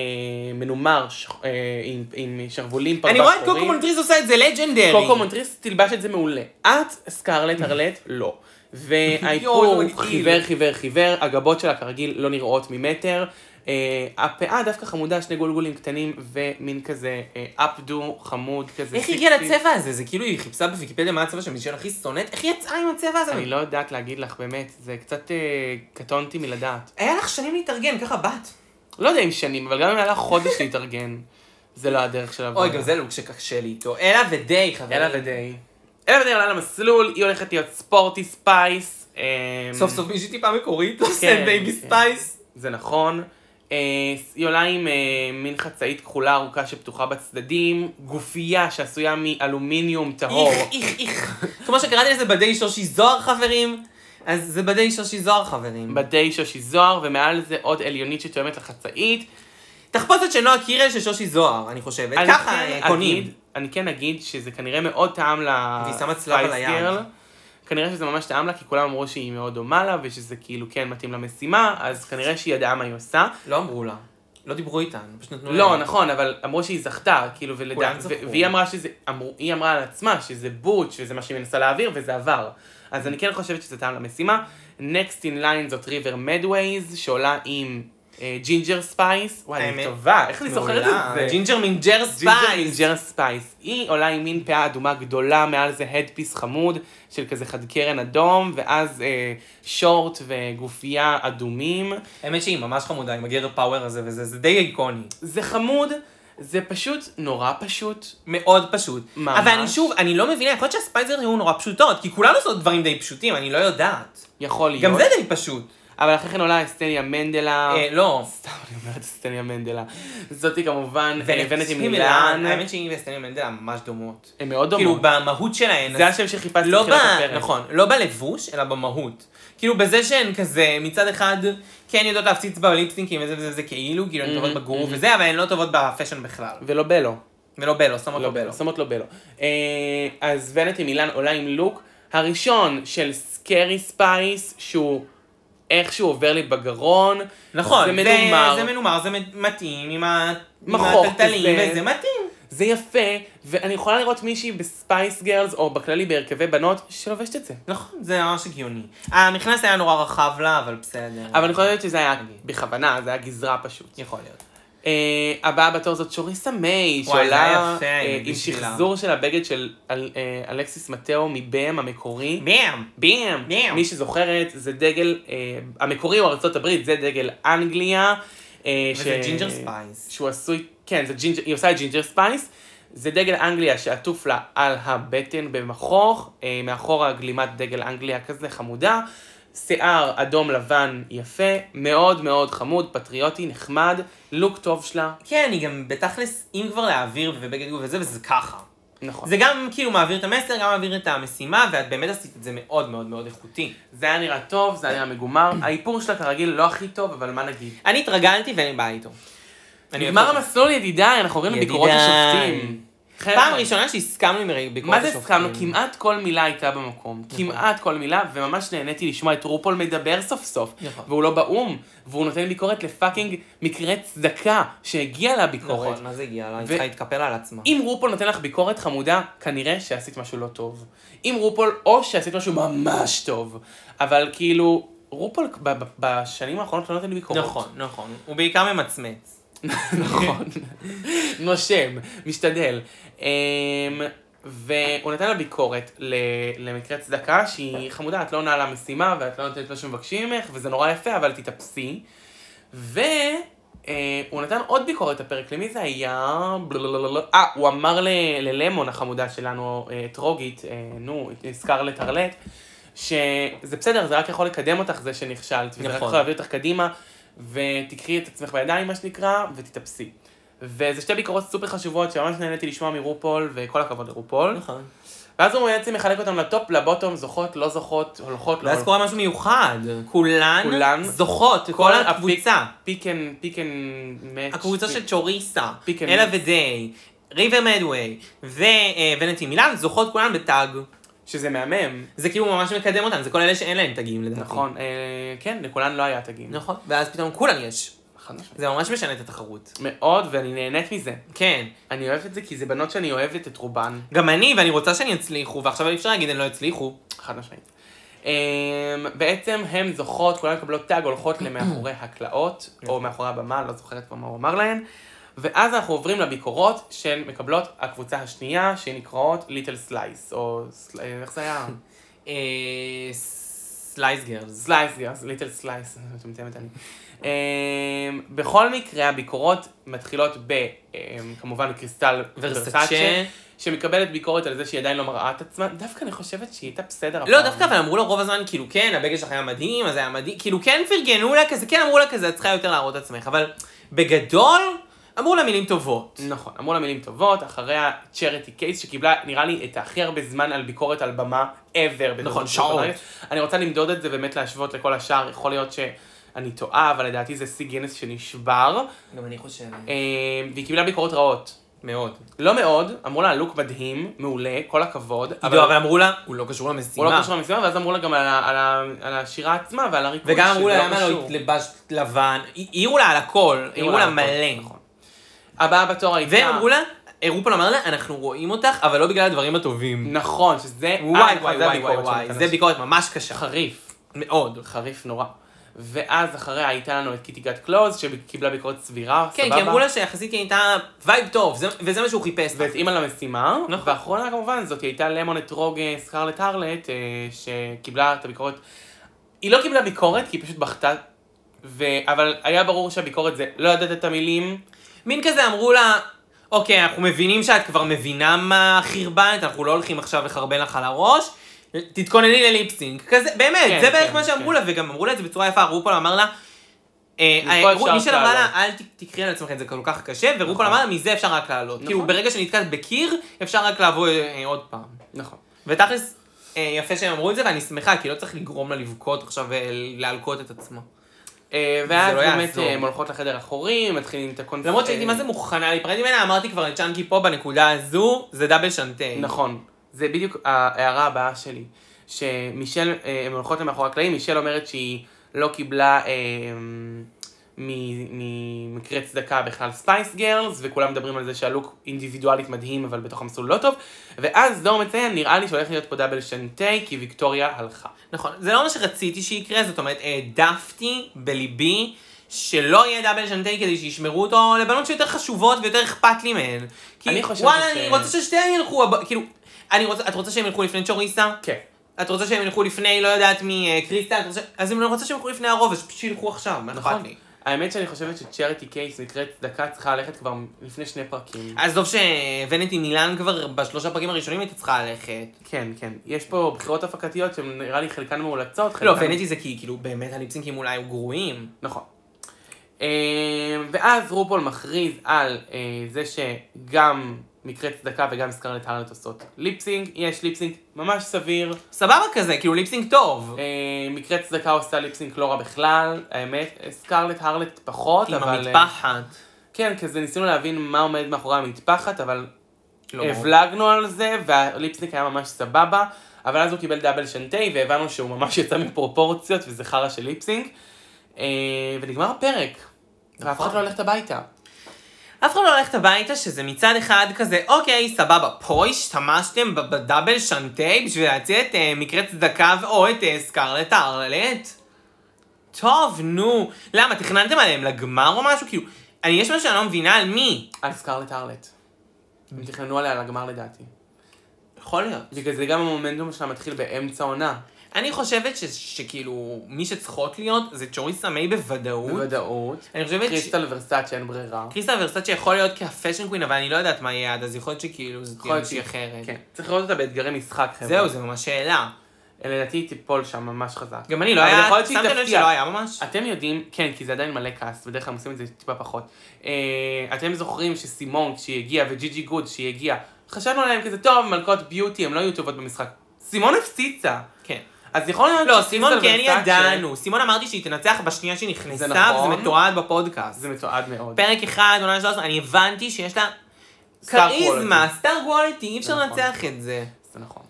מנומר ש, אה, עם, עם שרוולים פרווה
אני רואה את קוקו מונטריז עושה את זה לג'נדרי.
קוקו מונטריס תלבש את זה מעולה. את, סקרלט ארלט, לא. והאיפור
יואו, זה מגעיל.
חיוור, חיוור, חיוור, הגבות שלה כרגיל לא נראות ממטר. אה, הפאה דווקא חמודה, שני גולגולים קטנים ומין כזה אה, אפדו חמוד כזה.
איך היא הגיעה
סקסי.
לצבע הזה? זה כאילו היא חיפשה בוויקיפדיה מה הצבע שמישל הכי שונאת, איך היא יצאה עם הצבע הזה?
אני לא יודעת להגיד לך, באמת, זה קצת אה, קטונתי מלדעת.
היה לך שנים להתארגן, ככה בת.
לא יודע אם שנים, אבל גם אם היה לך חודש להתארגן, זה לא הדרך של העבודה.
אוי, גם זה לוק שקשה לי איתו. אלה ודי, חברים.
אלה ודי. אלה ודי עולה למסלול, היא הולכת להיות ספורטי ספייס. אה,
סוף סוף מישהי טיפה מקורית
כן,
עושה בייבי
כן.
ספייס.
זה נכון. אה, היא עולה עם אה, מין חצאית כחולה ארוכה שפתוחה בצדדים, גופייה שעשויה מאלומיניום טהור.
איך, איך, איך. כמו שקראתי לזה בדי שושי זוהר, חברים. אז זה בדי שושי זוהר, חברים.
בדי שושי זוהר, ומעל זה עוד עליונית שתואמת לחצאית.
תחפושת של נועה קירל של שושי זוהר, אני חושבת.
אני
ככה
כן
אה,
אגיד-
קונים.
אני כן אגיד שזה כנראה מאוד טעם ל...
והיא שמה צלב על
Spice
היד.
Girl. כנראה שזה ממש טעם לה, כי כולם אמרו שהיא מאוד דומה לה, ושזה כאילו כן מתאים למשימה, אז כנראה שהיא ידעה מה היא עושה.
לא אמרו לה. לא דיברו איתה, הם פשוט נתנו
לא,
להם.
נכון, אבל אמרו שהיא זכתה, כאילו,
אה. כולם
ולדעת,
זכו.
והיא אמרה שזה, אמרו, היא אמרה על עצמה שזה בוט, שזה מה שהיא מנסה להעביר, וזה עבר. אז אני כן חושבת שזה טעם למשימה. Next in line זאת ריבר מדווייז, שעולה עם אה, ג'ינג'ר ספייס, וואי, אני
האמת,
טובה, איך אני זוכרת
מעולה.
את זה?
"אה, ג'ינג'ר מינג'ר
ג'ינג'ר
ספייס.
מינג'ר ספייס. היא עולה עם מין פאה אדומה גדולה, מעל זה הדפיס חמוד של כזה חד קרן אדום, ואז אה, שורט וגופייה אדומים.
האמת שהיא ממש חמודה עם הגר פאוור הזה וזה, זה די איקוני.
זה חמוד, זה פשוט נורא פשוט.
מאוד פשוט.
ממש.
אבל אני שוב, אני לא מבינה, יכול להיות שהספייזר היו נורא פשוטות, כי כולנו עושות דברים די פשוטים, אני לא יודעת.
יכול להיות.
גם זה די פשוט.
אבל אחרי כן עולה אסטניה מנדלה.
לא אה, לא.
סתם, אני אומרת אסטניה מנדלה. זאתי כמובן, אה, ונטי
היא
מילאן.
האמת שהיא וסטניה מנדלה ממש דומות.
הן מאוד
כאילו
דומות.
במהות שלהן.
זה השם שחיפשתי
לא ב...
בתחילת הפרק.
נכון, לא בלבוש, אלא במהות. כאילו בזה שהן כזה, מצד אחד, כן יודעות להפציץ בליפסינקים וזה וזה וזה כאילו,
Mm-hmm,
כאילו הן טובות בגרוב וזה, אבל הן לא טובות בפאשן בכלל.
ולא בלו.
ולא בלו, שמות
לא
לא בלו.
שמות לא בלו. אה, אז ונטי מילאן עולה עם לוק הראשון של סקרי ספייס, שהוא איכשהו עובר לי בגרון.
נכון,
זה מנומר.
זה מנומר, זה מתאים עם ה- עם
מחוק
הטלטלים,
כזה.
וזה מתאים.
זה יפה, ואני יכולה לראות מישהי בספייס גרלס, או בכללי בהרכבי בנות, שלובשת את זה.
נכון, זה ממש הגיוני. המכנס היה נורא רחב לה, אבל בסדר.
אבל אני חושבת שזה היה בכוונה, זה היה גזרה פשוט.
יכול להיות.
אה, הבאה בתור זאת שוריסה מיי,
וואי, זה היה
שעולה
יפה,
אה,
עם
עם
בשבילה.
שחזור של הבגד של אל- אה, אלכסיס מתאו מבאם המקורי.
ביים.
ביאם,
ביאם.
מי שזוכרת, זה דגל, אה, המקורי הוא ארצות הברית, זה דגל אנגליה. אה,
וזה ג'ינג'ר ספייס.
שהוא עשוי, כן, זה ג'ינג'ר, היא עושה את ג'ינג'ר ספייס. זה דגל אנגליה שעטוף לה על הבטן במכוך, אה, מאחורה גלימת דגל אנגליה כזה חמודה. שיער אדום לבן יפה, מאוד מאוד חמוד, פטריוטי, נחמד, לוק טוב שלה.
כן, היא גם בתכלס, אם כבר להעביר ובגד גוף וזה, וזה ככה.
נכון.
זה גם כאילו מעביר את המסר, גם מעביר את המשימה, ואת באמת עשית את זה מאוד מאוד מאוד איכותי.
זה היה נראה טוב, זה היה נראה מגומר. האיפור שלה כרגיל לא הכי טוב, אבל מה נגיד?
אני התרגלתי ואין לי בעיה איתו. אני
נגמר
אוהבת אותו.
המסלול ידידיי, אנחנו עוברים לביקורות
ידידיי.
השופטים.
פעם
חבר'ה,
ראשונה שהסכמנו עם רגע ביקורת נכון.
מה זה הסכמנו? כמעט כל מילה הייתה במקום. כמעט כל מילה, וממש נהניתי לשמוע את רופול מדבר סוף סוף.
נכון.
והוא לא באו"ם, והוא נותן ביקורת לפאקינג מקרה צדקה שהגיע לה ביקורת.
נכון, מה זה הגיע לה? היא
ו-
צריכה להתקפל על עצמה.
אם רופול נותן לך ביקורת חמודה, כנראה שעשית משהו לא טוב. אם רופול, או שעשית משהו ממש טוב. אבל כאילו, רופול ב- ב- בשנים האחרונות לא נותן לי ביקורות.
נכון, נכון. הוא בעיקר ממצמץ.
נכון. נושם, משתדל. אמ, והוא נתן לה ביקורת ל- למקרה צדקה שהיא חמודה, את לא עונה על המשימה ואת לא נותנת מה שמבקשים ממך, וזה נורא יפה, אבל תתאפסי. והוא נתן עוד ביקורת לפרק, למי זה היה? בלולולולול. אה, הוא אמר ל- ללמון החמודה שלנו, אה, את רוגית, אה, נו, את סקרלט ארלט, שזה בסדר, זה רק יכול לקדם אותך זה שנכשלת, וזה רק
נכון.
יכול להביא אותך קדימה, ותקחי את עצמך בידיים, מה שנקרא, ותתאפסי. וזה שתי ביקורות סופר חשובות שממש נהניתי לשמוע מרופול, וכל הכבוד לרופול.
נכון.
ואז הוא בעצם מחלק אותם לטופ, לבוטום, זוכות, לא זוכות, הולכות, לא
ואז
הולכות.
קורה משהו מיוחד. כולן
כולן-
זוכות, כל הקבוצה.
פיק אנד, פיק אנד, מאץ'.
הקבוצה של צ'וריסה,
פיק אנד
אלה
מיקס.
ודיי, ריבר מדווי וונטי מילאן זוכות כולן בטאג.
שזה מהמם.
זה כאילו ממש מקדם אותן, זה כל אלה שאין להן תגים לדעתי.
נכון, אה, כן, לכולן לא היה תגים.
נכון. ואז פתאום כולן יש.
חד משמעית.
זה ממש משנה את התחרות.
מאוד, ואני נהנית מזה.
כן.
אני אוהבת את זה כי זה בנות שאני אוהבת את רובן,
גם אני, ואני רוצה שהן יצליחו, ועכשיו אי אפשר להגיד הן לא יצליחו.
חד משמעית. אמ, בעצם הן זוכות, כולן מקבלות טאג, הולכות למאחורי הקלעות, או מאחורי הבמה, לא זוכרת כבר מה הוא אמר להן. ואז אנחנו עוברים לביקורות שהן מקבלות הקבוצה השנייה, שנקראות ליטל סלייס, או סל- אה, איך זה היה?
אה... סלייס גרס.
סלייס גרס, ליטל סלייס, מטומטמת אני. אמ, בכל מקרה, הביקורות מתחילות ב... אמ, כמובן קריסטל
ורסצ'ה.
שמקבלת ביקורת על זה שהיא עדיין לא מראה את עצמה, דווקא אני חושבת שהיא הייתה בסדר
לא, דווקא אבל אמרו לו רוב הזמן, כאילו, כן, הבגד שלך היה מדהים, אז היה מדהים, כאילו, כן פרגנו לה כזה, כן אמרו לה כזה, את צריכה יותר להראות את עצמך, אבל בגדול, אמרו לה מילים טובות.
נכון, אמרו לה מילים טובות, אחריה צ'ריטי קייס, שקיבלה, נראה לי, את הכי הרבה זמן על ביקורת על במה ever. בתולדות
נכון, שעות.
הפרק. אני רוצה למדוד את זה, באמת להשוות לכל השאר, יכול להיות שאני טועה, אבל לדעתי זה שיא גינס שנשבר.
גם אני חושב.
אה, והיא קיבלה ביקורות רעות.
מאוד.
לא מאוד, אמרו לה לוק מדהים, מעולה, כל הכבוד.
לא, אבל אמרו לה, הוא לא קשור
הוא לא
למשימה.
קשור למשימה, ואז אמרו לה גם על, ה- על, ה- על השירה עצמה ועל הריקוד.
וגם אמרו
שזה
לה, למה
קשור."
לא התלבשת לבן? העירו לה על הכל, העירו לה
על הכל,
מלא.
נכון. הבאה בתור הייתה...
והם אמרו לה, רופול אמר לה, אנחנו רואים אותך, אבל לא בגלל הדברים הטובים.
נכון, שזה...
וואי
אה,
וואי
זה
וואי
הביקורת
וואי וואי,
שנתן
זה
לה.
ביקורת ממש קשה.
חריף.
מאוד.
חריף נורא. ואז אחריה הייתה לנו את קיטי גת קלוז, שקיבלה ביקורת סבירה,
כן,
סבבה.
כי אמרו לה שיחסית היא הייתה וייב טוב, זה- וזה מה שהוא חיפש.
והתאימה למשימה.
נכון.
ואחרונה כמובן זאת הייתה למונט רוג אה, סקרלט הרלט, אה, שקיבלה את הביקורת. היא לא קיבלה ביקורת, כי היא פשוט בכתה, ו... אבל היה ברור שהביקורת זה לא ידעת את המילים.
מין כזה אמרו לה, אוקיי, אנחנו מבינים שאת כבר מבינה מה חרבנת, אנחנו לא הולכים עכשיו לחרבן לך על הראש, תתכונני לליפסינג. כזה, באמת,
כן,
זה בערך
כן,
מה שאמרו
כן.
לה, וגם אמרו לה את זה בצורה יפה, רופול אמר לה, אה,
מפה
אה,
אפשר
מי שאמר לה,
לעלות.
אל ת- תקחי על עצמך את זה כל כך קשה, ורופול
נכון.
אמר לה, מזה אפשר רק לעלות. כאילו, ברגע שנתקעת בקיר, אפשר רק לבוא אה, עוד פעם.
נכון.
ותכלס, אה, יפה שהם אמרו את זה, ואני שמחה, כי לא צריך לגרום לה לבכות עכשיו ולהלקות את עצמה.
אה, ואז
לא
באמת
יעזור.
אה, הם הולכות לחדר אחורי, מתחילים את הקונפ...
למרות שהייתי
אה,
מה זה מוכנה להיפרד ממנה, אמרתי כבר לצ'אנקי פה בנקודה הזו, זה דאבל שנטי.
נכון, זה בדיוק ההערה הבאה שלי. שמישל, אה, הן הולכות למאחורי הקלעים, מישל אומרת שהיא לא קיבלה אה, מ- ממקרה צדקה בכלל ספייס גרלס, וכולם מדברים על זה שהלוק אינדיבידואלית מדהים, אבל בתוך המסלול לא טוב, ואז דור מציין, נראה לי שהולך להיות פה דאבל שנטי, כי ויקטוריה הלכה.
נכון, זה לא מה שרציתי שיקרה, זאת אומרת, העדפתי בליבי שלא יהיה דאבל שנטי כדי שישמרו אותו לבנות שיותר חשובות ויותר אכפת לי מהן. כי
אני חושב
וואלה,
ש-
אני רוצה ששתיהן ילכו, הב- כאילו, אני רוצה, את רוצה שהם ילכו לפני צ'וריסה?
כן.
את רוצה שהם ילכו לפני, לא יודעת מי, אה, קריסטל? את רוצה- אז אני רוצה שהם ילכו לפני הרוב, אז פשוט שילכו עכשיו, מה אכפת
נכון.
לי?
האמת שאני חושבת שצ'ריטי קייס מקרה צדקה צריכה ללכת כבר לפני שני פרקים.
עזוב שהבאנטי מילאן כבר בשלושה פרקים הראשונים הייתה צריכה ללכת.
כן, כן. יש פה בחירות הפקתיות שהן נראה לי חלקן מאולצות, חלקן...
לא, הבאנטי זה כי כאילו באמת הליפסינקים אולי היו גרועים.
נכון. אמ, ואז רופול מכריז על אה, זה שגם מקרה צדקה וגם סקרלט הרלט עושות ליפסינג, יש ליפסינג ממש סביר,
סבבה כזה, כאילו ליפסינק טוב.
אה, מקרה צדקה עושה ליפסינג לא רע בכלל, האמת, אה, סקרלט הרלט פחות,
עם
אבל... אה,
המטפחת.
כן, כזה ניסינו להבין מה עומד מאחורי המטפחת, אבל
לא.
אה, הבלגנו על זה, והליפסינג היה ממש סבבה, אבל אז הוא קיבל דאבל שנטי, והבנו שהוא ממש יצא מפרופורציות, וזה חרא של ליפסינג, אה, ונגמר הפרק, ואף אחד לא הולכת הביתה.
אף אחד לא הולכת הביתה, שזה מצד אחד כזה, אוקיי, סבבה, פה השתמשתם ב- בדאבל שנטי בשביל להציל את אה, מקרה צדקה ו- או את אה, סקרלט הארלט? טוב, נו. למה, תכננתם עליהם לגמר או משהו? כאילו, אני, יש משהו שאני לא מבינה על מי.
על סקרלט הרלט. הם תכננו עליה לגמר לדעתי.
יכול להיות.
בגלל זה גם המומנטום שלה מתחיל באמצע עונה.
אני חושבת ש- שכאילו, מי שצריכות להיות זה צ'וריסה מיי בוודאות.
בוודאות. כן,
אני חושבת ש...
קריסטל ורסאצ' אין ברירה.
קריסטל ורסאצ'ה יכול להיות כפשן קווין, אבל אני לא יודעת מה יהיה עד, אז יכול להיות שכאילו זה
יכול
תהיה
להיות
מישהי
שהיא-
אחרת.
כן. צריך לראות אותה באתגרי משחק, חבר'ה.
זהו, זה ממש שאלה.
לדעתי היא תיפול שם ממש חזק.
גם אני לא
אבל
היה,
יכול להיות שהיא
שמתם לב
תפתיע.
שלא היה ממש?
אתם יודעים, כן, כי זה עדיין מלא כעס, בדרך כלל הם עושים את זה טיפה פחות. אה, אתם זוכרים שסימון, כשהיא הגיעה, וג'י ג'י גוד, כשהיא הגיעה, חשבנו עליהם כזה, טוב, מלכות ביוטי, הן לא יהיו טובות במשחק. סימון הפציצה.
כן.
אז יכול להיות
לא,
שקריסטל
סימון כן
ורסאצ'ה-
ידענו. סימון אמרתי שהיא תנצח בשנייה שהיא
זה
נכנסה,
נכון.
וזה מתועד בפודקאסט.
זה מתועד מאוד.
פרק אחד, עונה שלוש, אני הבנתי שיש לה
סטאר
כריזמה, סטאר קוולטי, אי אפשר
זה נכון.
לנצח את זה.
זה נכון.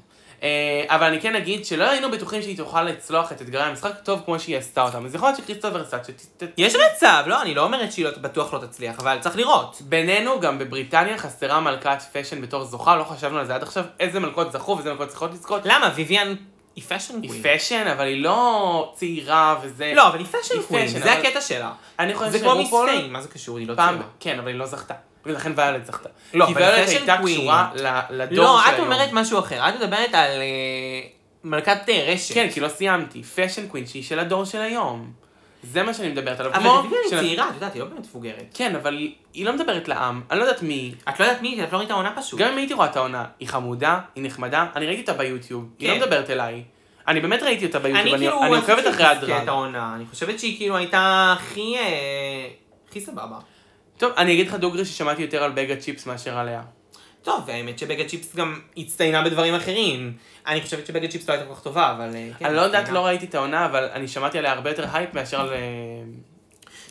אה, אבל אני כן אגיד שלא היינו בטוחים שהיא תוכל לצלוח את אתגרי המשחק טוב כמו שהיא עשתה אותם, אז יכול להיות שקריסטל ורסאצ'ה ת- ת-
יש מצב, לא, אני לא אומרת שהיא לא- בטוח לא תצליח, אבל צריך לראות.
בינינו, גם בבריטניה חסרה מלכת פאשן בתור זוכה, לא חשבנו על זה עד עכשיו, איזה מלכות זכו ואיזה מלכות צריכות לזכות.
למה, ויויאן היא פשן
היא
קווין.
פאשן, אבל היא לא צעירה וזה...
לא, אבל היא פשן
היא
קווין,
fashion,
זה
אבל-
הקטע שלה.
אני חושב
זה כמו
שרופול
מיסטיין, מה זה קשור? היא לא
פעם,
צעירה.
כן, אבל היא לא זכתה. ולכן ויולט זכתה.
לא,
כי
אבל
ויולט
fashion
הייתה
queen.
קשורה ל- לדור של היום.
לא, את אומרת משהו אחר, את מדברת על אה, מלכת אה, רשת.
כן, כי לא סיימתי. פאשן קווין שהיא של הדור של היום. זה מה שאני מדברת עליו.
אבל
כמו
בגלל
של-
היא צעירה, את יודעת, היא לא באמת מבוגרת.
כן, אבל היא- היא לא מדברת לעם. אני לא יודעת מי היא.
את לא יודעת מי, היא, את לא ראית העונה פשוט.
גם אם הייתי רואה את העונה, היא חמודה, היא נחמדה, אני ראיתי אותה ביוטיוב, היא
כן.
לא מדברת אליי. אני באמת ראיתי אותה
אני
ביוטיוב, אני
כאילו...
אני
רציתי
עוקבת אחרי
שתזכה את
הדרג.
העונה, אני חושבת שהיא כאילו הייתה הכי... אה, הכי סבבה.
טוב, אני אגיד לך דוגרי ששמעתי יותר על בגה צ'יפס מאשר עליה.
טוב, והאמת שבגד צ'יפס גם הצטיינה בדברים אחרים. אני חושבת שבגד צ'יפס לא הייתה כל כך טובה, אבל... אה, כן,
אני לא יודעת,
הצטיינה.
לא ראיתי את העונה, אבל אני שמעתי עליה הרבה יותר הייפ מאשר על אה,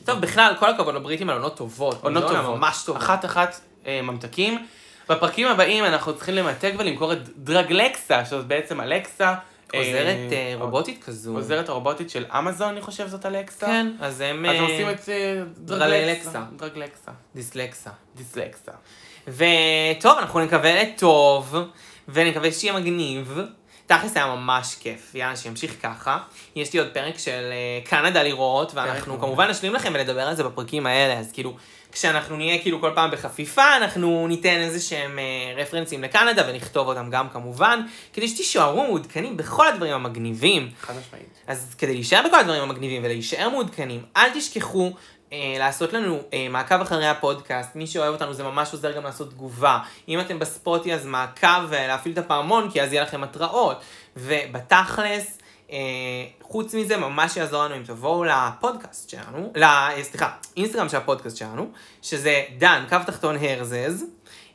טוב, בכלל, כל הכבוד לבריטים על עונות טובות.
עונות
עונה
טובות.
ממש טובות.
אחת-אחת אה, ממתקים. בפרקים הבאים אנחנו צריכים למתג ולמכור את דרגלקסה, שזאת בעצם אלקסה. אה,
עוזרת אה, רובוטית כזו.
עוזרת הרובוטית של אמזון, אני חושב זאת אלקסה.
כן, אז הם...
אז
אה,
הם עושים את אה, דרגלקסה.
דרגלקסה.
דרגלקסה.
דיסלקסה.
דיסלקסה.
וטוב, אנחנו נקווה לטוב, ונקווה שיהיה מגניב, תכלס היה ממש כיף, יאללה, שימשיך ככה. יש לי עוד פרק של אה, קנדה לראות, ואנחנו
מעולה.
כמובן נשלים לכם ולדבר על זה בפרקים האלה, אז כאילו, כשאנחנו נהיה כאילו כל פעם בחפיפה, אנחנו ניתן איזה שהם אה, רפרנסים לקנדה, ונכתוב אותם גם כמובן, כדי שתישארו מעודכנים בכל הדברים המגניבים.
חד משמעית.
אז כדי להישאר בכל הדברים המגניבים ולהישאר מעודכנים, אל תשכחו אה, לעשות לנו אה, מעקב אחרי הפודקאסט. מי שאוהב אותנו זה ממש עוזר גם לעשות תגובה. אם אתם בספוטי אז מעקב אה, להפעיל את הפעמון, כי אז יהיה לכם התראות. ובתכלס, אה, חוץ מזה, ממש יעזור לנו אם תבואו לפודקאסט שלנו, ל, אה, סליחה, אינסטגרם של הפודקאסט שלנו, שזה דן, קו תחתון הרזז.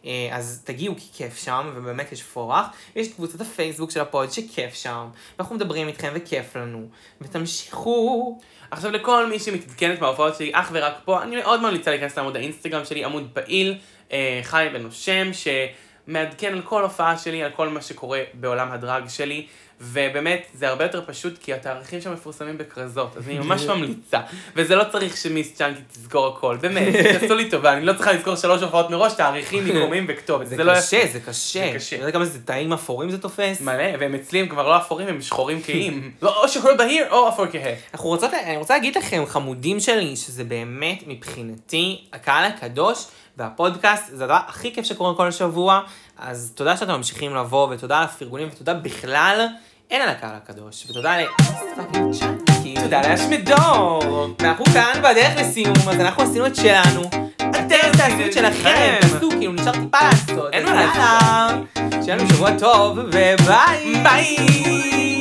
אה, אז תגיעו כי כיף שם, ובאמת יש פורח. יש את קבוצת הפייסבוק של הפוד שכיף שם, ואנחנו מדברים איתכם וכיף לנו. ותמשיכו.
עכשיו לכל מי שמתעדכנת מההופעות שלי אך ורק פה, אני מאוד ממליצה להיכנס לעמוד האינסטגרם שלי, עמוד פעיל, אה, חי ונושם, שמעדכן על כל הופעה שלי, על כל מה שקורה בעולם הדרג שלי. ובאמת, זה הרבה יותר פשוט, כי התאריכים שם מפורסמים בכרזות, אז אני ממש ממליצה. וזה לא צריך שמיס צ'אנקי תזכור הכל, באמת, תעשו לי טובה, אני לא צריכה לזכור שלוש הופעות מראש, תאריכים, מיקומים וכתובת.
זה,
לא
קשה,
יפה.
זה קשה,
זה קשה.
אתה יודע כמה זה תאים אפורים זה תופס?
מלא, והם אצלי הם כבר לא אפורים, הם שחורים כהים. לא, או שחור בהיר, או אפור כהה.
אנחנו רוצות, אני רוצה להגיד לכם, חמודים שלי, שזה באמת מבחינתי הקהל הקדוש והפודקאסט, זה הדבר הכי כיף שקורה כל שבוע, אז תודה שאתם ממשיכים לבוא, ותודה על הפרגונים, ותודה בכלל, אין על הקהל הקדוש, ותודה ל... כאילו, פאקינג צ'אנקי.
תודה לאשמדור.
ואנחנו כאן בדרך לסיום, אז אנחנו עשינו את שלנו. אתם תעשו את שלכם, תעשו, כאילו נשאר טיפה לעשות.
אין
אז
מה לעשות.
יאללה. שיהיה לנו שבוע טוב, וביי.
ביי.